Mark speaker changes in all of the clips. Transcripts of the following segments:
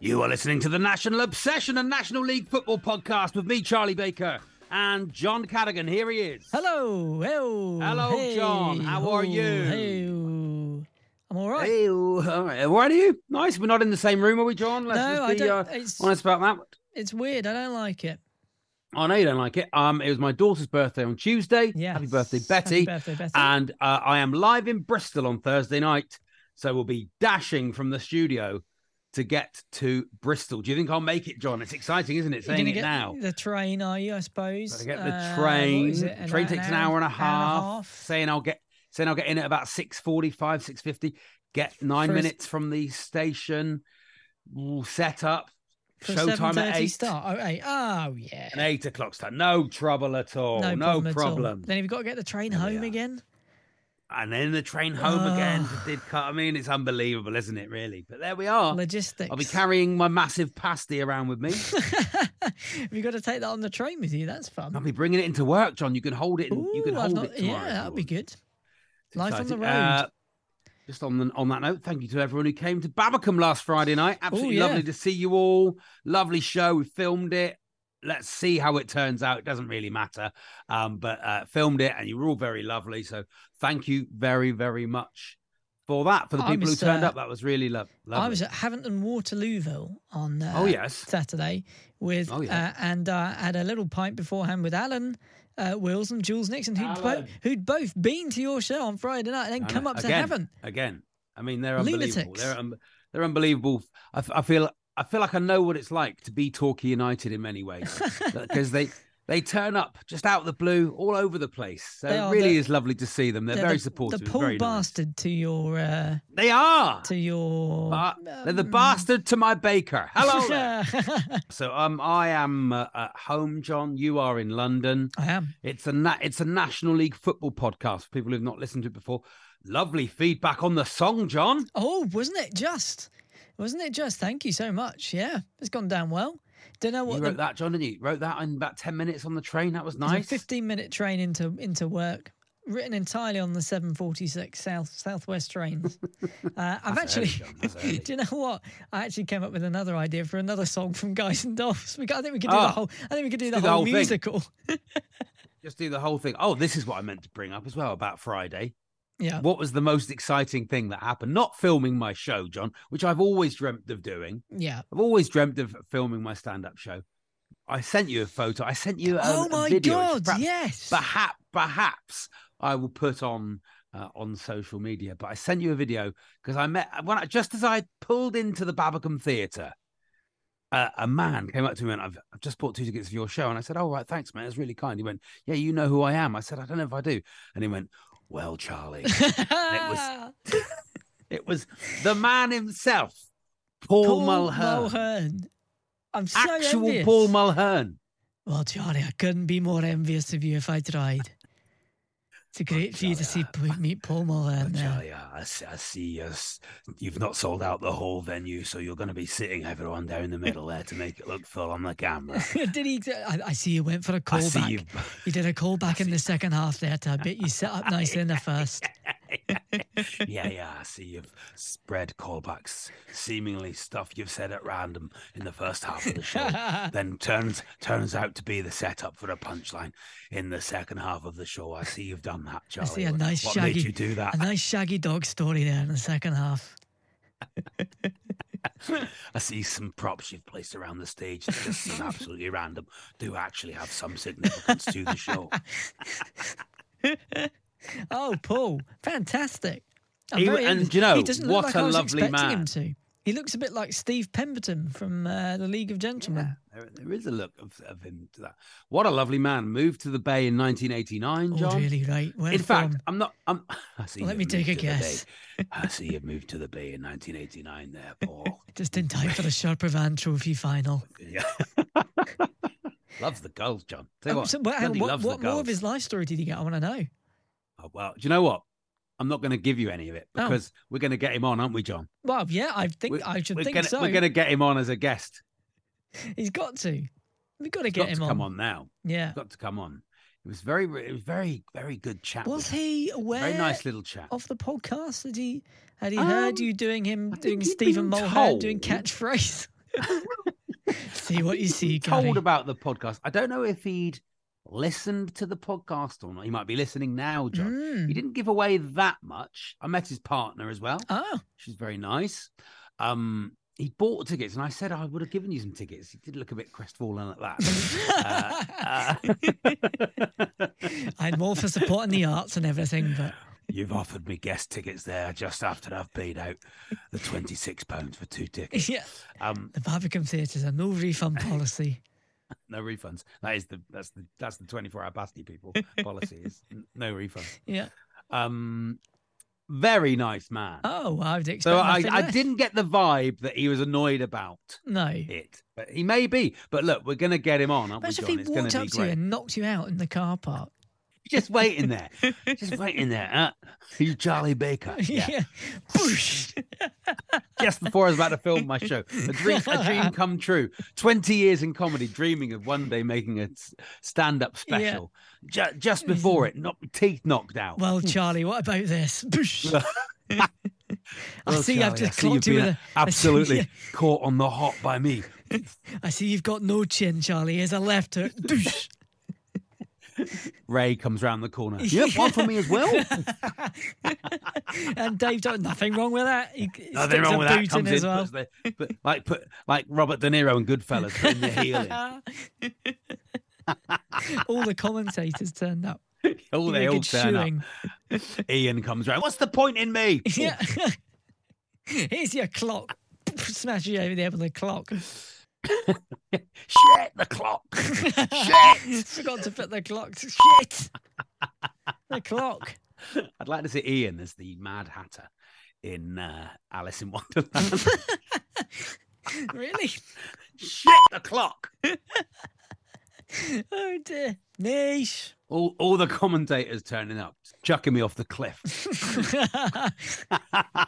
Speaker 1: You are listening to the National Obsession and National League Football Podcast with me, Charlie Baker, and John Cadogan. Here he is.
Speaker 2: Hello, hello,
Speaker 1: Hello, John. How are you?
Speaker 2: Hey, I'm all right.
Speaker 1: Hey, all right. Why do you? Nice. We're not in the same room, are we, John? Let's
Speaker 2: No,
Speaker 1: just be
Speaker 2: I don't- it's-
Speaker 1: Uh, honest about that.
Speaker 2: It's weird. I don't like it.
Speaker 1: I know you don't like it. Um, it was my daughter's birthday on Tuesday.
Speaker 2: Yes.
Speaker 1: Happy birthday,
Speaker 2: Happy
Speaker 1: Betty.
Speaker 2: birthday, Betty.
Speaker 1: And uh, I am live in Bristol on Thursday night, so we'll be dashing from the studio to get to Bristol. Do you think I'll make it, John? It's exciting, isn't it?
Speaker 2: You're
Speaker 1: Saying
Speaker 2: gonna
Speaker 1: it
Speaker 2: get
Speaker 1: now.
Speaker 2: the train, are you? I suppose.
Speaker 1: I get the
Speaker 2: Uh,
Speaker 1: train.
Speaker 2: what is it,
Speaker 1: train takes an hour and a half.
Speaker 2: half.
Speaker 1: Saying I'll get saying I'll get in at about 6:45, 6:50, get 9
Speaker 2: For a s-
Speaker 1: minutes from the station, ooh, set up,
Speaker 2: For a
Speaker 1: showtime at
Speaker 2: 7:30
Speaker 1: 8.
Speaker 2: Start. Oh, eight. Oh, yeah.
Speaker 1: And 8 o'clock start. No trouble at all. No,
Speaker 2: at all.
Speaker 1: problem.
Speaker 2: Then you've got to get the train home again.
Speaker 1: And then the train home again
Speaker 2: Ah.
Speaker 1: did cut. I mean, it's unbelievable, isn't it, really? But there we are.
Speaker 2: Logistics.
Speaker 1: I'll be carrying my massive pasty around with me.
Speaker 2: Have you got to take that on the train with you? That's fun.
Speaker 1: I'll be bringing it into work, John. You can hold it. and you can
Speaker 2: Ooh, I've
Speaker 1: hold
Speaker 2: not-
Speaker 1: it tomorrow.
Speaker 2: Yeah,
Speaker 1: if you
Speaker 2: that'd be
Speaker 1: want.
Speaker 2: good.
Speaker 1: It's
Speaker 2: Life on the
Speaker 1: exciting. Uh,
Speaker 2: road.
Speaker 1: just on the, on that note, thank you to everyone who came to Babacom last Friday night. Absolutely
Speaker 2: yeah.
Speaker 1: lovely to see you all. Lovely show. We filmed it. Let's see how it turns out. It doesn't really matter, um, but uh, filmed it, and you were all very lovely. So thank you very very much for that. For the
Speaker 2: I
Speaker 1: people
Speaker 2: was,
Speaker 1: who turned
Speaker 2: uh,
Speaker 1: up, that was really lo- lovely.
Speaker 2: I was at Haventon Waterlooville on uh,
Speaker 1: Oh, yes.
Speaker 2: Saturday with
Speaker 1: Oh, yeah.
Speaker 2: uh, and uh, had a little pint beforehand with Alan uh, Wills and Jules Nixon, who'd, bo-
Speaker 1: Alan.
Speaker 2: who'd both been to your show on Friday night and then
Speaker 1: I
Speaker 2: come
Speaker 1: know.
Speaker 2: up to
Speaker 1: again,
Speaker 2: Haven.
Speaker 1: again. I mean, they're unbelievable.
Speaker 2: Lunatics.
Speaker 1: They're um, they're unbelievable. I, f- I feel I feel like I know what it's like to be Torquay United in many ways because they they turn up just out of the blue, all over the place. So
Speaker 2: They
Speaker 1: it
Speaker 2: are
Speaker 1: really
Speaker 2: the-
Speaker 1: is lovely to see them. They're,
Speaker 2: They're
Speaker 1: very
Speaker 2: the,
Speaker 1: supportive.
Speaker 2: The
Speaker 1: and
Speaker 2: Paul
Speaker 1: very nice.
Speaker 2: Bastard to your uh,
Speaker 1: They are.
Speaker 2: to your
Speaker 1: Ba- they're the
Speaker 2: um,
Speaker 1: bastard to my baker. Hello. there.
Speaker 2: I
Speaker 1: so um, I am uh, at home, John. You are in London.
Speaker 2: am.
Speaker 1: It's a na- it's a National League football podcast for people who've not listened to it before. Lovely feedback on the song, John.
Speaker 2: Oh, wasn't it just? Wasn't it just? Thank you so much. Yeah, it's gone down well. Don't know what
Speaker 1: you
Speaker 2: the
Speaker 1: wrote that, John, didn't you? Wrote that in about ten minutes on the train. That was
Speaker 2: It's
Speaker 1: nice.
Speaker 2: a 15 minute train into into work, written entirely on the 746 South Southwest trains. uh, I've actually,
Speaker 1: John, that's early.
Speaker 2: do you know what? I actually came up with another idea for another song from Guys and Dolls. We, got- I think we could do the
Speaker 1: Ah.
Speaker 2: whole. I think we could do the,
Speaker 1: do the
Speaker 2: whole,
Speaker 1: whole thing.
Speaker 2: musical.
Speaker 1: Just do the whole thing. Oh, this is what I meant to bring up as well about Friday.
Speaker 2: yeah.
Speaker 1: What was the most exciting thing that happened? Not filming my show, John, which I've always dreamt of doing.
Speaker 2: Yeah.
Speaker 1: I've always dreamt of filming my stand-up show. I sent you a photo. I sent you. A,
Speaker 2: oh
Speaker 1: a
Speaker 2: my
Speaker 1: video, which
Speaker 2: God!
Speaker 1: perhaps-
Speaker 2: yes.
Speaker 1: Perhaps, perhaps I will put on uh, on social media. But I sent you a video because I met when I, just as I pulled into the Babacom Theatre, uh, a man came up to me and I've, I've just bought two tickets for your show, and I said, "Oh right, thanks, man. It's really kind." He went, "Yeah, you know who I am." I said, "I don't know if I do," and he went, "Well, Charlie, was it was the man himself, Paul,
Speaker 2: Paul
Speaker 1: Mulhern."
Speaker 2: Mulhern. I'm so
Speaker 1: Actual
Speaker 2: envious.
Speaker 1: Paul Mulhern.
Speaker 2: Well, Johnny, I couldn't be more envious of you if I tried. It's a great for you to see p- meet Paul Mulhern there.
Speaker 1: Oh, Charlie, I, I see, I see you're s- you've not sold out the whole venue, so you're going to be sitting everyone down the middle there to make it look full on the camera.
Speaker 2: did he? I, I see you went for a
Speaker 1: I see
Speaker 2: callback. You.
Speaker 1: you-
Speaker 2: did a callback in the second half there. To, I bet you set up nice in the first.
Speaker 1: yeah, yeah, I see you've spread callbacks, seemingly stuff you've said at random in the first half of the show, then turns turns out to be the setup for a punchline in the second half of the show. I see you've done that,
Speaker 2: I
Speaker 1: Charlie.
Speaker 2: see a
Speaker 1: What-
Speaker 2: nice
Speaker 1: Oh, what
Speaker 2: shaggy.
Speaker 1: made you do that?
Speaker 2: A nice shaggy dog story there in the second half.
Speaker 1: I see some props you've placed around the stage that just seem absolutely random, do actually have some significance to the show.
Speaker 2: Oh, Paul, fantastic! I'm
Speaker 1: He-
Speaker 2: very
Speaker 1: and
Speaker 2: envious.
Speaker 1: you know,
Speaker 2: he doesn't
Speaker 1: what
Speaker 2: look like
Speaker 1: a
Speaker 2: I was
Speaker 1: lovely
Speaker 2: expecting
Speaker 1: man.
Speaker 2: Him to. He looks a bit like Steve Pemberton from uh, the League of Gentlemen.
Speaker 1: There, there is a look of, of him to that. What a lovely man! Moved to the Bay in 1989, John.
Speaker 2: Oh, really? Right. Where
Speaker 1: In fact,
Speaker 2: from?
Speaker 1: I'm not. I'm. I see.
Speaker 2: Let
Speaker 1: you've
Speaker 2: me take
Speaker 1: moved
Speaker 2: a
Speaker 1: to the Bay.
Speaker 2: guess.
Speaker 1: I see you moved to the Bay in 1989. There, Paul.
Speaker 2: just in time for the Sherpa Van Trophy final.
Speaker 1: yeah. loves the gulls, John. Tell you
Speaker 2: Um,
Speaker 1: what,
Speaker 2: so, well, hang on,
Speaker 1: bloody
Speaker 2: what,
Speaker 1: loves
Speaker 2: what
Speaker 1: the
Speaker 2: more
Speaker 1: gulls.
Speaker 2: of his life story did he get? I want to know.
Speaker 1: Oh, well, do you know what? I'm not going to give you any of it
Speaker 2: Oh.
Speaker 1: because we're going to get him on, aren't we, John?
Speaker 2: Well, yeah, I think
Speaker 1: We-
Speaker 2: I should
Speaker 1: we're
Speaker 2: think
Speaker 1: gonna,
Speaker 2: so.
Speaker 1: We're going to get him on as a guest.
Speaker 2: He's got to. We've got to
Speaker 1: He's
Speaker 2: get
Speaker 1: got
Speaker 2: him
Speaker 1: to
Speaker 2: on.
Speaker 1: come on now.
Speaker 2: Yeah.
Speaker 1: He's got to come on. It was very, it was very, very good chat.
Speaker 2: Was
Speaker 1: with him.
Speaker 2: he aware
Speaker 1: Very nice little chat.
Speaker 2: of the podcast? Had he had he heard
Speaker 1: Um,
Speaker 2: you doing him
Speaker 1: I think
Speaker 2: doing
Speaker 1: he'd
Speaker 2: Stephen
Speaker 1: been
Speaker 2: Mulhern doing
Speaker 1: told.
Speaker 2: catchphrase? see what you see,
Speaker 1: told
Speaker 2: Gary.
Speaker 1: about the podcast. I don't know if he'd listened to the podcast or not. He might be listening now, John.
Speaker 2: Mm.
Speaker 1: He didn't give away that much. I met his partner as well.
Speaker 2: Oh,
Speaker 1: She's very nice. Um, he bought tickets, and I said I would have given you some tickets. He did look a bit crestfallen at that. Uh, uh,
Speaker 2: I'm all for supporting the arts and everything, but
Speaker 1: you've offered me guest tickets there just after I've paid out the twenty six pounds for two tickets.
Speaker 2: yeah,
Speaker 1: Um,
Speaker 2: the Barbican Theatre's a no refund policy.
Speaker 1: no refunds. That is the that's the that's the twenty four hour pasty people policy is n- no refund.
Speaker 2: Yeah.
Speaker 1: Um, very nice man.
Speaker 2: Oh, well, I would expect.
Speaker 1: so I,
Speaker 2: nothing
Speaker 1: I
Speaker 2: less.
Speaker 1: didn't get the vibe that he was annoyed about
Speaker 2: No.
Speaker 1: it, but he may be. But look, we're gonna get him on, aren't
Speaker 2: Imagine if
Speaker 1: we,
Speaker 2: he
Speaker 1: John? oh
Speaker 2: walked
Speaker 1: It's gonna be
Speaker 2: up to you
Speaker 1: great.
Speaker 2: and knocked you out in the car park.
Speaker 1: Just waiting there, just waiting there. Uh, you Charlie Baker. Yeah.
Speaker 2: Yeah. Boosh.
Speaker 1: Just before I was about to film my show, a dream, a dream come true. Twenty years in comedy, dreaming of one day making a s- stand-up
Speaker 2: Yeah.
Speaker 1: special. Ju- just before it, knock, teeth knocked out.
Speaker 2: Well, Charlie, what about this? Boosh. I
Speaker 1: Well,
Speaker 2: see I've
Speaker 1: Charlie,
Speaker 2: just
Speaker 1: see
Speaker 2: clocked you with
Speaker 1: been
Speaker 2: a. I see-
Speaker 1: absolutely
Speaker 2: yeah,
Speaker 1: caught on the hot by me.
Speaker 2: I see you've got no chin, Charlie. Here's a left hook. Boosh.
Speaker 1: Ray comes round the corner. Yep, one for me as well.
Speaker 2: and Dave done nothing wrong with that. He
Speaker 1: Nothing
Speaker 2: sticks
Speaker 1: wrong
Speaker 2: a
Speaker 1: with
Speaker 2: boot
Speaker 1: that.
Speaker 2: in
Speaker 1: Comes in,
Speaker 2: as well.
Speaker 1: puts the, put, like put like Robert De Niro and Goodfellas putting the heel in.
Speaker 2: all the commentators turned up.
Speaker 1: Oh,
Speaker 2: Give me
Speaker 1: they
Speaker 2: a
Speaker 1: all
Speaker 2: good
Speaker 1: turn
Speaker 2: shoeing.
Speaker 1: up. Ian comes round. What's the point in me?
Speaker 2: Yeah.
Speaker 1: Oh.
Speaker 2: Here's your clock. Smash you over there with the clock.
Speaker 1: Shit, the clock. Shit.
Speaker 2: Forgot to put the clock. Shit. the clock.
Speaker 1: I'd like to see Ian as the Mad Hatter in uh, Alice in Wonderland.
Speaker 2: Really?
Speaker 1: Shit, the clock.
Speaker 2: Oh dear. Niche.
Speaker 1: All all the commentators turning up, chucking me off the cliff.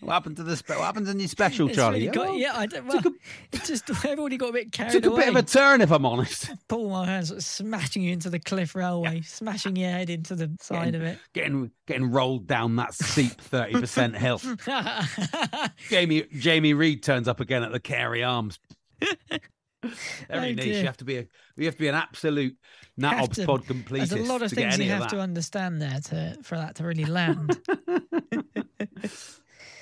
Speaker 1: What happened to the spe- what happened in your special,
Speaker 2: It's
Speaker 1: Charlie?
Speaker 2: really got-
Speaker 1: Oh,
Speaker 2: yeah, I don't. Well,
Speaker 1: took a-
Speaker 2: it's just everybody got a bit carried
Speaker 1: took a
Speaker 2: away.
Speaker 1: bit of a turn, if I'm honest.
Speaker 2: Pull my hands, sort of smashing you into the cliff railway, smashing your head into the side of it.
Speaker 1: Getting getting rolled down that steep thirty percent hill. Jamie Jamie Reed turns up again at the Carey Arms. Very
Speaker 2: Oh,
Speaker 1: niche.
Speaker 2: dear.
Speaker 1: You have to be a you have to be an absolute nat
Speaker 2: Have
Speaker 1: obs
Speaker 2: to-
Speaker 1: pod completist
Speaker 2: There's a lot of
Speaker 1: to get
Speaker 2: things
Speaker 1: any
Speaker 2: you
Speaker 1: of
Speaker 2: have to
Speaker 1: that.
Speaker 2: understand there to for that to really land.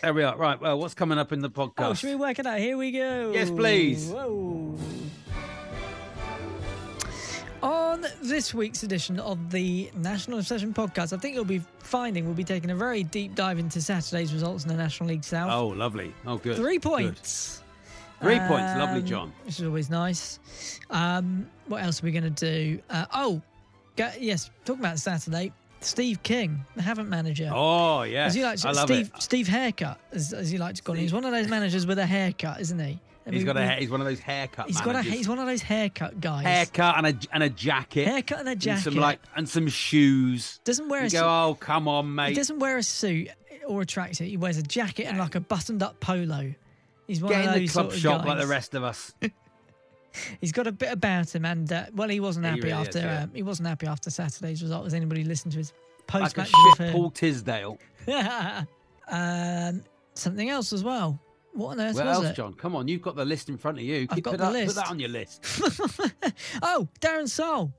Speaker 1: There we are. Right. Well, what's coming up in the podcast?
Speaker 2: oh, should we work it out? Here we go.
Speaker 1: Yes, please.
Speaker 2: Whoa. On this week's edition of the National Obsession podcast, I think you'll be finding we'll be taking a very deep dive into Saturday's results in the National League South.
Speaker 1: Oh, lovely. Oh, good.
Speaker 2: Three
Speaker 1: Good.
Speaker 2: points.
Speaker 1: Three points. Lovely,
Speaker 2: Um,
Speaker 1: John.
Speaker 2: Which is always nice. Um, what else are we going to do? Uh, oh, go, yes, talking about Saturday, Steve King, the Haven't manager.
Speaker 1: Oh, yeah.
Speaker 2: as you like, to-
Speaker 1: I love
Speaker 2: Steve,
Speaker 1: it.
Speaker 2: Steve Haircut, as, as you like to call him. He's one of those managers with a haircut, isn't he?
Speaker 1: He's
Speaker 2: we-
Speaker 1: got a
Speaker 2: we-
Speaker 1: ha- he's one of those haircut.
Speaker 2: He's got a.
Speaker 1: managers.
Speaker 2: He's one of those haircut guys.
Speaker 1: haircut and a and a jacket.
Speaker 2: Haircut and a jacket.
Speaker 1: some like and some shoes.
Speaker 2: Doesn't wear
Speaker 1: You
Speaker 2: a
Speaker 1: go,
Speaker 2: suit.
Speaker 1: oh come on,
Speaker 2: He
Speaker 1: mate.
Speaker 2: doesn't wear a suit or a tracksuit. He wears a jacket and like a buttoned-up polo. He's one of
Speaker 1: Get in
Speaker 2: those
Speaker 1: the club
Speaker 2: sort of
Speaker 1: shop
Speaker 2: guys.
Speaker 1: like the rest of us.
Speaker 2: He's got a bit about him, and uh, well, he wasn't
Speaker 1: He
Speaker 2: happy
Speaker 1: really is,
Speaker 2: after.
Speaker 1: yeah.
Speaker 2: um, he wasn't happy after Saturday's result. Has anybody listened to his
Speaker 1: like a
Speaker 2: post-match
Speaker 1: shit
Speaker 2: refer?
Speaker 1: Paul Tisdale.
Speaker 2: um, something else as well. What on earth
Speaker 1: What
Speaker 2: was
Speaker 1: else,
Speaker 2: it?
Speaker 1: John? Come on, you've got the list in front of you.
Speaker 2: I've
Speaker 1: Keep-
Speaker 2: got
Speaker 1: put
Speaker 2: the
Speaker 1: that, Put
Speaker 2: list.
Speaker 1: that on your list.
Speaker 2: oh, Darren Soul.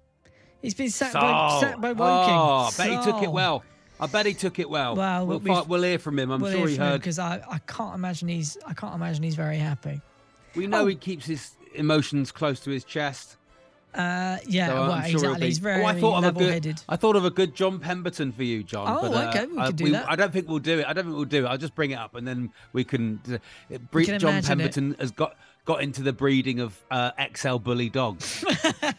Speaker 2: He's been sacked, by,
Speaker 1: Sol.
Speaker 2: sacked by Woking.
Speaker 1: Oh, I bet he took it
Speaker 2: Sol.
Speaker 1: well. I bet he took it well.
Speaker 2: Well,
Speaker 1: we'll,
Speaker 2: we've-
Speaker 1: fi- we'll hear from him. I'm
Speaker 2: Well,
Speaker 1: sure he heard.
Speaker 2: because I, I can't imagine he's I can't imagine he's very happy.
Speaker 1: We know
Speaker 2: Oh.
Speaker 1: he keeps his emotions close to his chest.
Speaker 2: Uh, yeah,
Speaker 1: so I'm
Speaker 2: well,
Speaker 1: sure he'll
Speaker 2: exactly.
Speaker 1: be-
Speaker 2: He's very
Speaker 1: oh, I thought of a good.
Speaker 2: level-headed.
Speaker 1: I thought of a good John Pemberton for you, John.
Speaker 2: Oh,
Speaker 1: but, uh,
Speaker 2: okay, we
Speaker 1: I,
Speaker 2: could do that.
Speaker 1: I don't think we'll do it. I don't think we'll do it. I'll just bring it up and then we can. Uh, bre-
Speaker 2: can
Speaker 1: John
Speaker 2: imagine it.
Speaker 1: Pemberton has got got into the breeding of uh, XL bully dogs.
Speaker 2: I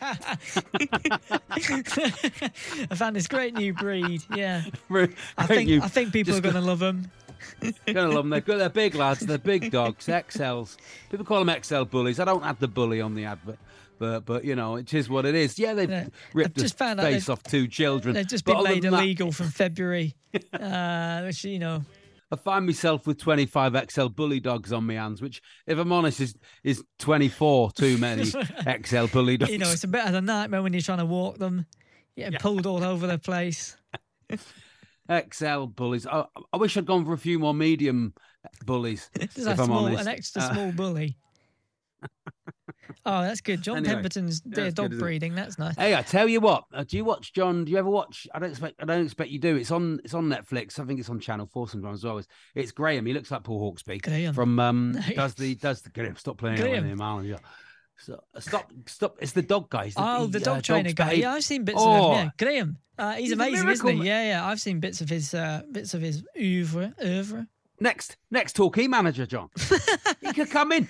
Speaker 2: found this great new breed. Yeah,
Speaker 1: Great
Speaker 2: I think
Speaker 1: new-
Speaker 2: I think people
Speaker 1: just
Speaker 2: are going to love him.
Speaker 1: Gonna love them. They're, good. they're big lads. They're big dogs. XLs. People call them XL bullies. I don't have the bully on the advert, but but you know it is what it is. Yeah, they've
Speaker 2: Yeah.
Speaker 1: ripped
Speaker 2: I've just
Speaker 1: the
Speaker 2: found out
Speaker 1: face
Speaker 2: they've-
Speaker 1: off two children.
Speaker 2: They've just
Speaker 1: But
Speaker 2: been
Speaker 1: other
Speaker 2: made
Speaker 1: than that,
Speaker 2: illegal from February, uh, which you know.
Speaker 1: I find myself with 25 XL bully dogs on my hands, which, if I'm honest, is is 24 too many XL bully dogs.
Speaker 2: you know, it's a bit of a nightmare when you're trying to walk them, getting pulled all over the place.
Speaker 1: XL bullies. I, I wish I'd gone for a few more medium bullies.
Speaker 2: Just
Speaker 1: if
Speaker 2: a
Speaker 1: I'm
Speaker 2: small,
Speaker 1: honest.
Speaker 2: an extra
Speaker 1: Uh,
Speaker 2: small bully. oh, that's good. John
Speaker 1: Anyway,
Speaker 2: Pemberton's
Speaker 1: yeah,
Speaker 2: dear
Speaker 1: that's good,
Speaker 2: dog
Speaker 1: isn't it?
Speaker 2: breeding. That's nice.
Speaker 1: Hey, I tell you what. Uh, do you watch John? Do you ever watch? I don't expect. I don't expect you do. It's on. It's on Netflix. I think it's on Channel Four sometimes as well. It's, it's Graham. He looks like Paul Hawksby
Speaker 2: Graham.
Speaker 1: from um.
Speaker 2: No.
Speaker 1: Does the does the Graham? Stop playing Graham.
Speaker 2: Graham.
Speaker 1: him, Alan. Yeah. So, stop! Stop! It's the dog guy. He's
Speaker 2: Oh, the
Speaker 1: he,
Speaker 2: dog
Speaker 1: uh,
Speaker 2: trainer
Speaker 1: dogs
Speaker 2: guy.
Speaker 1: behave-
Speaker 2: Yeah, I've seen bits
Speaker 1: Oh,
Speaker 2: of him. Yeah, Graham. Uh, he's,
Speaker 1: He's a
Speaker 2: amazing,
Speaker 1: miracle
Speaker 2: isn't he?
Speaker 1: ma-
Speaker 2: Yeah, yeah. I've seen bits of his uh, bits of his oeuvre. oeuvre.
Speaker 1: Next, next talkie manager, John. he could come in.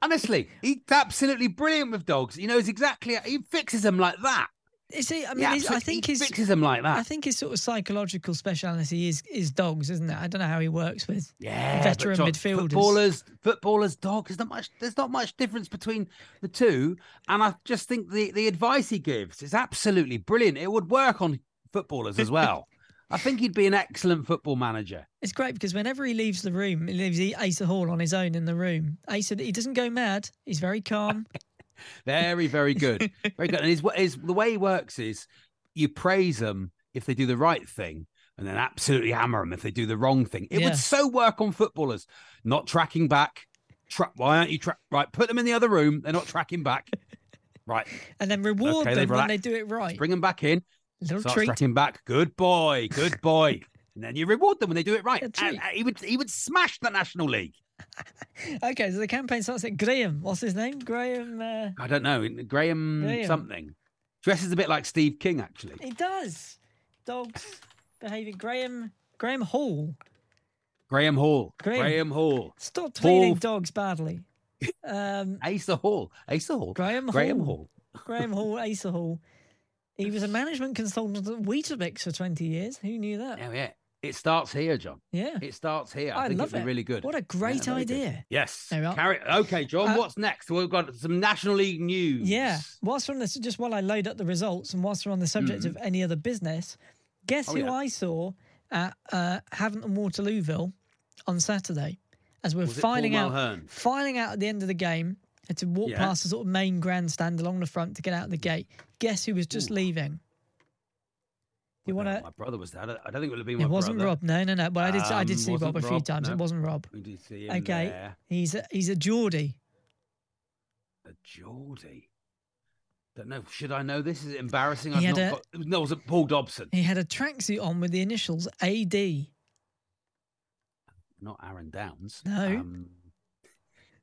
Speaker 1: Honestly, he's absolutely brilliant with dogs. He knows exactly. He fixes them like that.
Speaker 2: You see, I mean,
Speaker 1: Yeah,
Speaker 2: he's- I
Speaker 1: absolutely.
Speaker 2: think
Speaker 1: he
Speaker 2: his
Speaker 1: fixes them like that.
Speaker 2: I think his sort of psychological speciality is is dogs, isn't it? I don't know how he works with
Speaker 1: Yeah, but
Speaker 2: veteran
Speaker 1: John,
Speaker 2: midfielders.
Speaker 1: footballers, footballers, dog. There's not much. There's not much difference between the two, and I just think the the advice he gives is absolutely brilliant. It would work on footballers as well. I think he'd be an excellent football manager.
Speaker 2: It's great because whenever he leaves the room, he leaves Asa Hall on his own in the room. Asa, he doesn't go mad. He's very calm.
Speaker 1: Very, very good, very good. And his, his the way he works is you praise them if they do the right thing. And then absolutely hammer them if they do the wrong thing. It
Speaker 2: Yeah.
Speaker 1: would so work on footballers not tracking back. Tra- why aren't you tra- right? Put them in the other room. They're not tracking back. Right,
Speaker 2: and then reward them
Speaker 1: Okay, they've
Speaker 2: when they
Speaker 1: relaxed.
Speaker 2: do it right.
Speaker 1: Bring them back in.
Speaker 2: Little
Speaker 1: Start
Speaker 2: treat.
Speaker 1: tracking back. Good boy. Good boy. and then you reward them when they do it right.
Speaker 2: A
Speaker 1: And,
Speaker 2: treat.
Speaker 1: uh, he would he would smash the National League.
Speaker 2: Okay, so the campaign starts at Graham. What's his name? Graham. Uh,
Speaker 1: I don't know. Graham,
Speaker 2: Graham.
Speaker 1: something. Dresses a bit like Steve King, actually.
Speaker 2: he does. Dogs behaving. Graham. Graham Hall.
Speaker 1: Graham Hall.
Speaker 2: Graham.
Speaker 1: Hall.
Speaker 2: Stop
Speaker 1: Hall.
Speaker 2: treating dogs badly. Um,
Speaker 1: Asa Hall. Asa Hall.
Speaker 2: Graham
Speaker 1: Graham
Speaker 2: Hall.
Speaker 1: Hall.
Speaker 2: Graham Hall, Asa Hall. He was a management consultant at Weetabix for 20 years. Who knew that?
Speaker 1: Oh, yeah. It starts here, John.
Speaker 2: Yeah.
Speaker 1: It starts here. I,
Speaker 2: I
Speaker 1: think
Speaker 2: love
Speaker 1: it'd be
Speaker 2: it.
Speaker 1: really good.
Speaker 2: What a great
Speaker 1: very good.
Speaker 2: idea.
Speaker 1: Yes.
Speaker 2: There we are.
Speaker 1: Carry. Okay, John.
Speaker 2: Uh,
Speaker 1: what's next? We've got some National League news.
Speaker 2: Yeah. Whilst we're on this, just while I load up the results and whilst we're on the subject of any other business, guess
Speaker 1: Mm-hmm. Oh,
Speaker 2: who
Speaker 1: yeah.
Speaker 2: I saw at uh, Havant and Waterlooville on Saturday as we're
Speaker 1: Was it Paul
Speaker 2: filing out,
Speaker 1: Mulhern?
Speaker 2: filing out at the end of the game. Had to walk
Speaker 1: Yeah.
Speaker 2: past the sort of main grandstand along the front to get out the gate. Guess who was just leaving? You
Speaker 1: Well,
Speaker 2: want to?
Speaker 1: My brother was there. I don't I don't think it would have been my
Speaker 2: It wasn't
Speaker 1: brother.
Speaker 2: Rob. No, no, no. Well, I did. I did
Speaker 1: Um,
Speaker 2: see
Speaker 1: wasn't
Speaker 2: Rob a few
Speaker 1: Rob,
Speaker 2: times.
Speaker 1: no.
Speaker 2: It wasn't Rob.
Speaker 1: We do see him
Speaker 2: Okay,
Speaker 1: there.
Speaker 2: he's a, he's a Geordie.
Speaker 1: A Geordie. Don't know. Should I know? This is embarrassing.
Speaker 2: He
Speaker 1: I've
Speaker 2: had
Speaker 1: not
Speaker 2: a-
Speaker 1: got. No, it was it Paul Dobson?
Speaker 2: He had a tracksuit on with the initials AD.
Speaker 1: Not Aaron Downs.
Speaker 2: No.
Speaker 1: Um,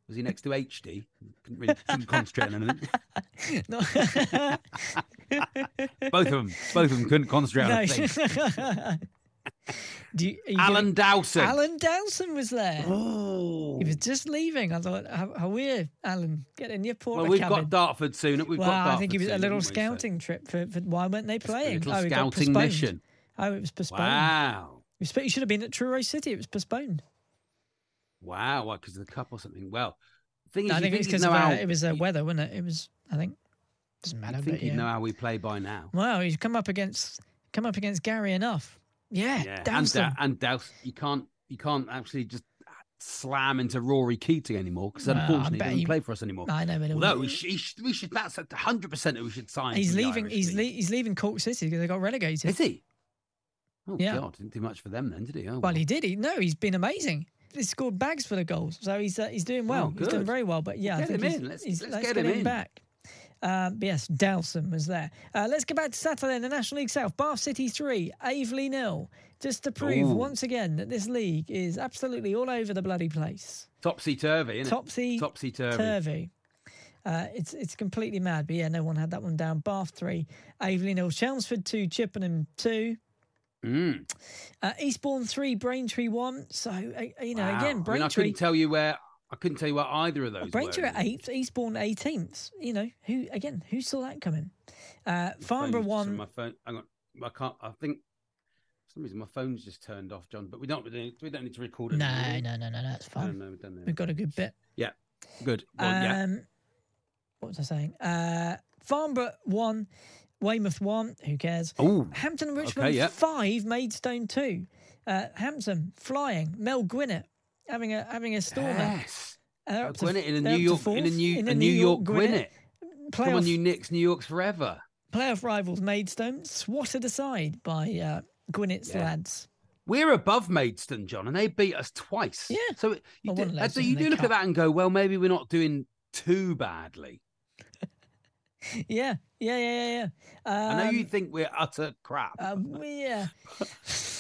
Speaker 1: was he next to HD? Couldn't really couldn't concentrate on anything.
Speaker 2: No.
Speaker 1: Both of them. Both of them couldn't concentrate on
Speaker 2: no.
Speaker 1: a thing.
Speaker 2: Do you, are you
Speaker 1: Alan Dowson.
Speaker 2: gonna- Alan Dowson was there.
Speaker 1: Oh.
Speaker 2: He was just leaving. I thought, how, how are you, Alan? Get in your porter
Speaker 1: Well, we've
Speaker 2: cabin.
Speaker 1: got Dartford soon. We've
Speaker 2: well,
Speaker 1: got.
Speaker 2: I think
Speaker 1: Dartford
Speaker 2: it was a little
Speaker 1: soon, haven't we? So-
Speaker 2: scouting trip. For, for why weren't they playing?
Speaker 1: little
Speaker 2: oh, it got
Speaker 1: scouting
Speaker 2: postponed.
Speaker 1: mission.
Speaker 2: Oh, it was postponed.
Speaker 1: Wow.
Speaker 2: You sp- You should have been at Truro City. It was postponed.
Speaker 1: Wow, because of the cup or something. Well, Thing is,
Speaker 2: No, I
Speaker 1: you
Speaker 2: think it was
Speaker 1: you'd
Speaker 2: because
Speaker 1: know
Speaker 2: of,
Speaker 1: how,
Speaker 2: uh, it was uh,
Speaker 1: you-
Speaker 2: weather, wasn't it? It was. I think doesn't
Speaker 1: you'd
Speaker 2: matter.
Speaker 1: think
Speaker 2: But,
Speaker 1: you'd
Speaker 2: yeah.
Speaker 1: know how we play by now.
Speaker 2: Well, he's come up against come up against Gary enough. Yeah,
Speaker 1: Yeah,
Speaker 2: damn
Speaker 1: and,
Speaker 2: them.
Speaker 1: dou- and Douse, you can't you can't actually just slam into Rory Keating anymore because
Speaker 2: Well, I
Speaker 1: unfortunately
Speaker 2: bet
Speaker 1: he doesn't
Speaker 2: he-
Speaker 1: play for us anymore.
Speaker 2: I know, but
Speaker 1: Although we should, we should that's hundred percent who we should sign.
Speaker 2: he's
Speaker 1: from the
Speaker 2: leaving.
Speaker 1: Irish
Speaker 2: He's le-
Speaker 1: league.
Speaker 2: he's leaving Cork City because they got relegated.
Speaker 1: Is he? Oh
Speaker 2: Yeah.
Speaker 1: God, didn't do much for them then, did he? Oh,
Speaker 2: Well, he did. He no, he's been amazing. He scored bags full of goals, so he's uh, he's doing well.
Speaker 1: Oh,
Speaker 2: he's doing
Speaker 1: good.
Speaker 2: very well. But yeah, I
Speaker 1: Get
Speaker 2: think
Speaker 1: him
Speaker 2: he's-
Speaker 1: in. Let's-
Speaker 2: he's-
Speaker 1: let's get him in.
Speaker 2: back. Um, but yes, Dowson was there. Uh, let's go back to Saturday in the National League South. Bath City three, Avely nil. Just to prove
Speaker 1: Ooh.
Speaker 2: once again that this league is absolutely all over the bloody place.
Speaker 1: topsy turvy, isn't
Speaker 2: Topsy
Speaker 1: it? Topsy turvy.
Speaker 2: turvy. Uh, it's it's completely mad, but yeah, no one had that one down. Bath three, Avely nil, Chelmsford two, Chippenham two,
Speaker 1: Mm.
Speaker 2: uh, Eastbourne three, Braintree one. So uh, you know
Speaker 1: Wow. I
Speaker 2: again,
Speaker 1: mean, I,
Speaker 2: Braintree.
Speaker 1: couldn't tell you where I couldn't tell you where either of those.
Speaker 2: Braintree
Speaker 1: were.
Speaker 2: at eighth, Eastbourne eighteenth. You know who again? Who saw that coming? Uh, Farnborough
Speaker 1: phone's
Speaker 2: one.
Speaker 1: just on My phone. Hang on. I can't. I think for some reason my phone's just turned off, John. But we don't. We don't need to record
Speaker 2: No,
Speaker 1: it.
Speaker 2: no, no, no, that's
Speaker 1: No,
Speaker 2: fine.
Speaker 1: no, we've done
Speaker 2: We've
Speaker 1: that.
Speaker 2: got a good bit.
Speaker 1: Yeah, good. Well, yeah.
Speaker 2: Um, What was I saying? Uh, Farnborough one, Weymouth one. Who cares?
Speaker 1: Oh,
Speaker 2: Hampton and Richmond
Speaker 1: yeah.
Speaker 2: five, Maidstone two. Uh, Hampton flying. Mel Gwinnett having a having a stormer.
Speaker 1: Yes.
Speaker 2: And they're up to-
Speaker 1: Gwinnett in a
Speaker 2: they're
Speaker 1: New
Speaker 2: up to
Speaker 1: York in a
Speaker 2: fourth
Speaker 1: New a New York Gwinnett. Come on,
Speaker 2: Playoff,
Speaker 1: you Knicks, New York's forever.
Speaker 2: playoff rivals Maidstone swatted aside by uh, Gwinnett's
Speaker 1: Yeah.
Speaker 2: lads.
Speaker 1: We're above Maidstone, John, and they beat us twice.
Speaker 2: Yeah.
Speaker 1: So it- you
Speaker 2: Well,
Speaker 1: do,
Speaker 2: one of those
Speaker 1: so
Speaker 2: is
Speaker 1: you
Speaker 2: in the
Speaker 1: do look
Speaker 2: cup.
Speaker 1: at that and go, well, maybe we're not doing too badly.
Speaker 2: Yeah, yeah, yeah, yeah. yeah. Um,
Speaker 1: I know you think we're utter crap.
Speaker 2: um, yeah.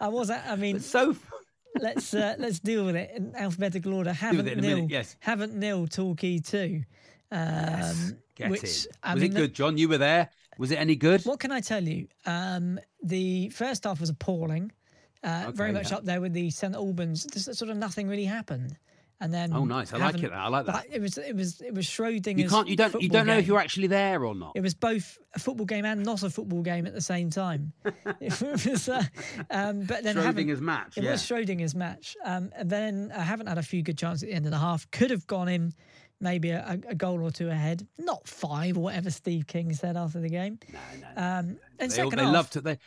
Speaker 2: I was. at- I mean,
Speaker 1: but so far,
Speaker 2: let's uh, let's deal with it in alphabetical order.
Speaker 1: with
Speaker 2: Haven't
Speaker 1: it in a
Speaker 2: nil.
Speaker 1: minute, yes.
Speaker 2: Haven't nil. Torquay two. Um,
Speaker 1: yes, get
Speaker 2: which,
Speaker 1: in.
Speaker 2: I
Speaker 1: was
Speaker 2: mean,
Speaker 1: it
Speaker 2: the-
Speaker 1: good, John? You were there. Was it any good?
Speaker 2: What can I tell you? Um, the first half was appalling. Uh, very
Speaker 1: Okay,
Speaker 2: much
Speaker 1: yeah.
Speaker 2: up there with the St Albans. Just sort of nothing really happened. And then
Speaker 1: Oh, nice. I like
Speaker 2: haven't-
Speaker 1: it. I like that.
Speaker 2: but It was it was it was Schrodinger's.
Speaker 1: You can't. You don't. You
Speaker 2: football
Speaker 1: don't know if
Speaker 2: game.
Speaker 1: you're actually there or not.
Speaker 2: It was both a football game and not a football game at the same time. it was, uh, um, but then having
Speaker 1: Schrodinger's match.
Speaker 2: it
Speaker 1: yeah.
Speaker 2: was Schrodinger's match. Um, and then I haven't had a few good chances at the end of the half. Could have gone in maybe a, a- a goal or two ahead, not five or whatever Steve King said after the game. No, no. Um, and
Speaker 1: They, all-
Speaker 2: second
Speaker 1: they
Speaker 2: half,
Speaker 1: love to. They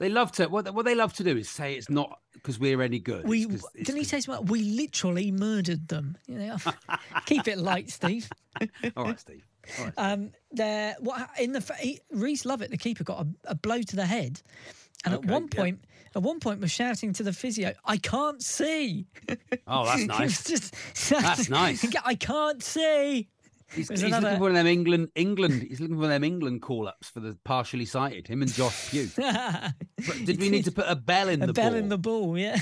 Speaker 1: they love to. What, they- what they love to do is say it's not because we're any good.
Speaker 2: we
Speaker 1: It's 'cause- it's
Speaker 2: didn't he
Speaker 1: 'cause-
Speaker 2: say something? We literally murdered them. You know, keep it light, Steve.
Speaker 1: All right, Steve. All right.
Speaker 2: Um, there, what ha- in the fa- he, Reece Lovett, the keeper, got a, a blow to the head, and at
Speaker 1: Okay,
Speaker 2: one
Speaker 1: yeah.
Speaker 2: point, at one point, was shouting to the physio, "I can't see."
Speaker 1: oh, that's
Speaker 2: It was
Speaker 1: nice.
Speaker 2: just-
Speaker 1: That's nice.
Speaker 2: I can't see.
Speaker 1: He's,
Speaker 2: was
Speaker 1: he's
Speaker 2: another-
Speaker 1: looking for one of them England. England. He's looking for one of them England call-ups for the partially sighted. Him and Josh Pugh. But did we need to put a bell in
Speaker 2: a
Speaker 1: the
Speaker 2: bell
Speaker 1: ball?
Speaker 2: in the ball. Yeah.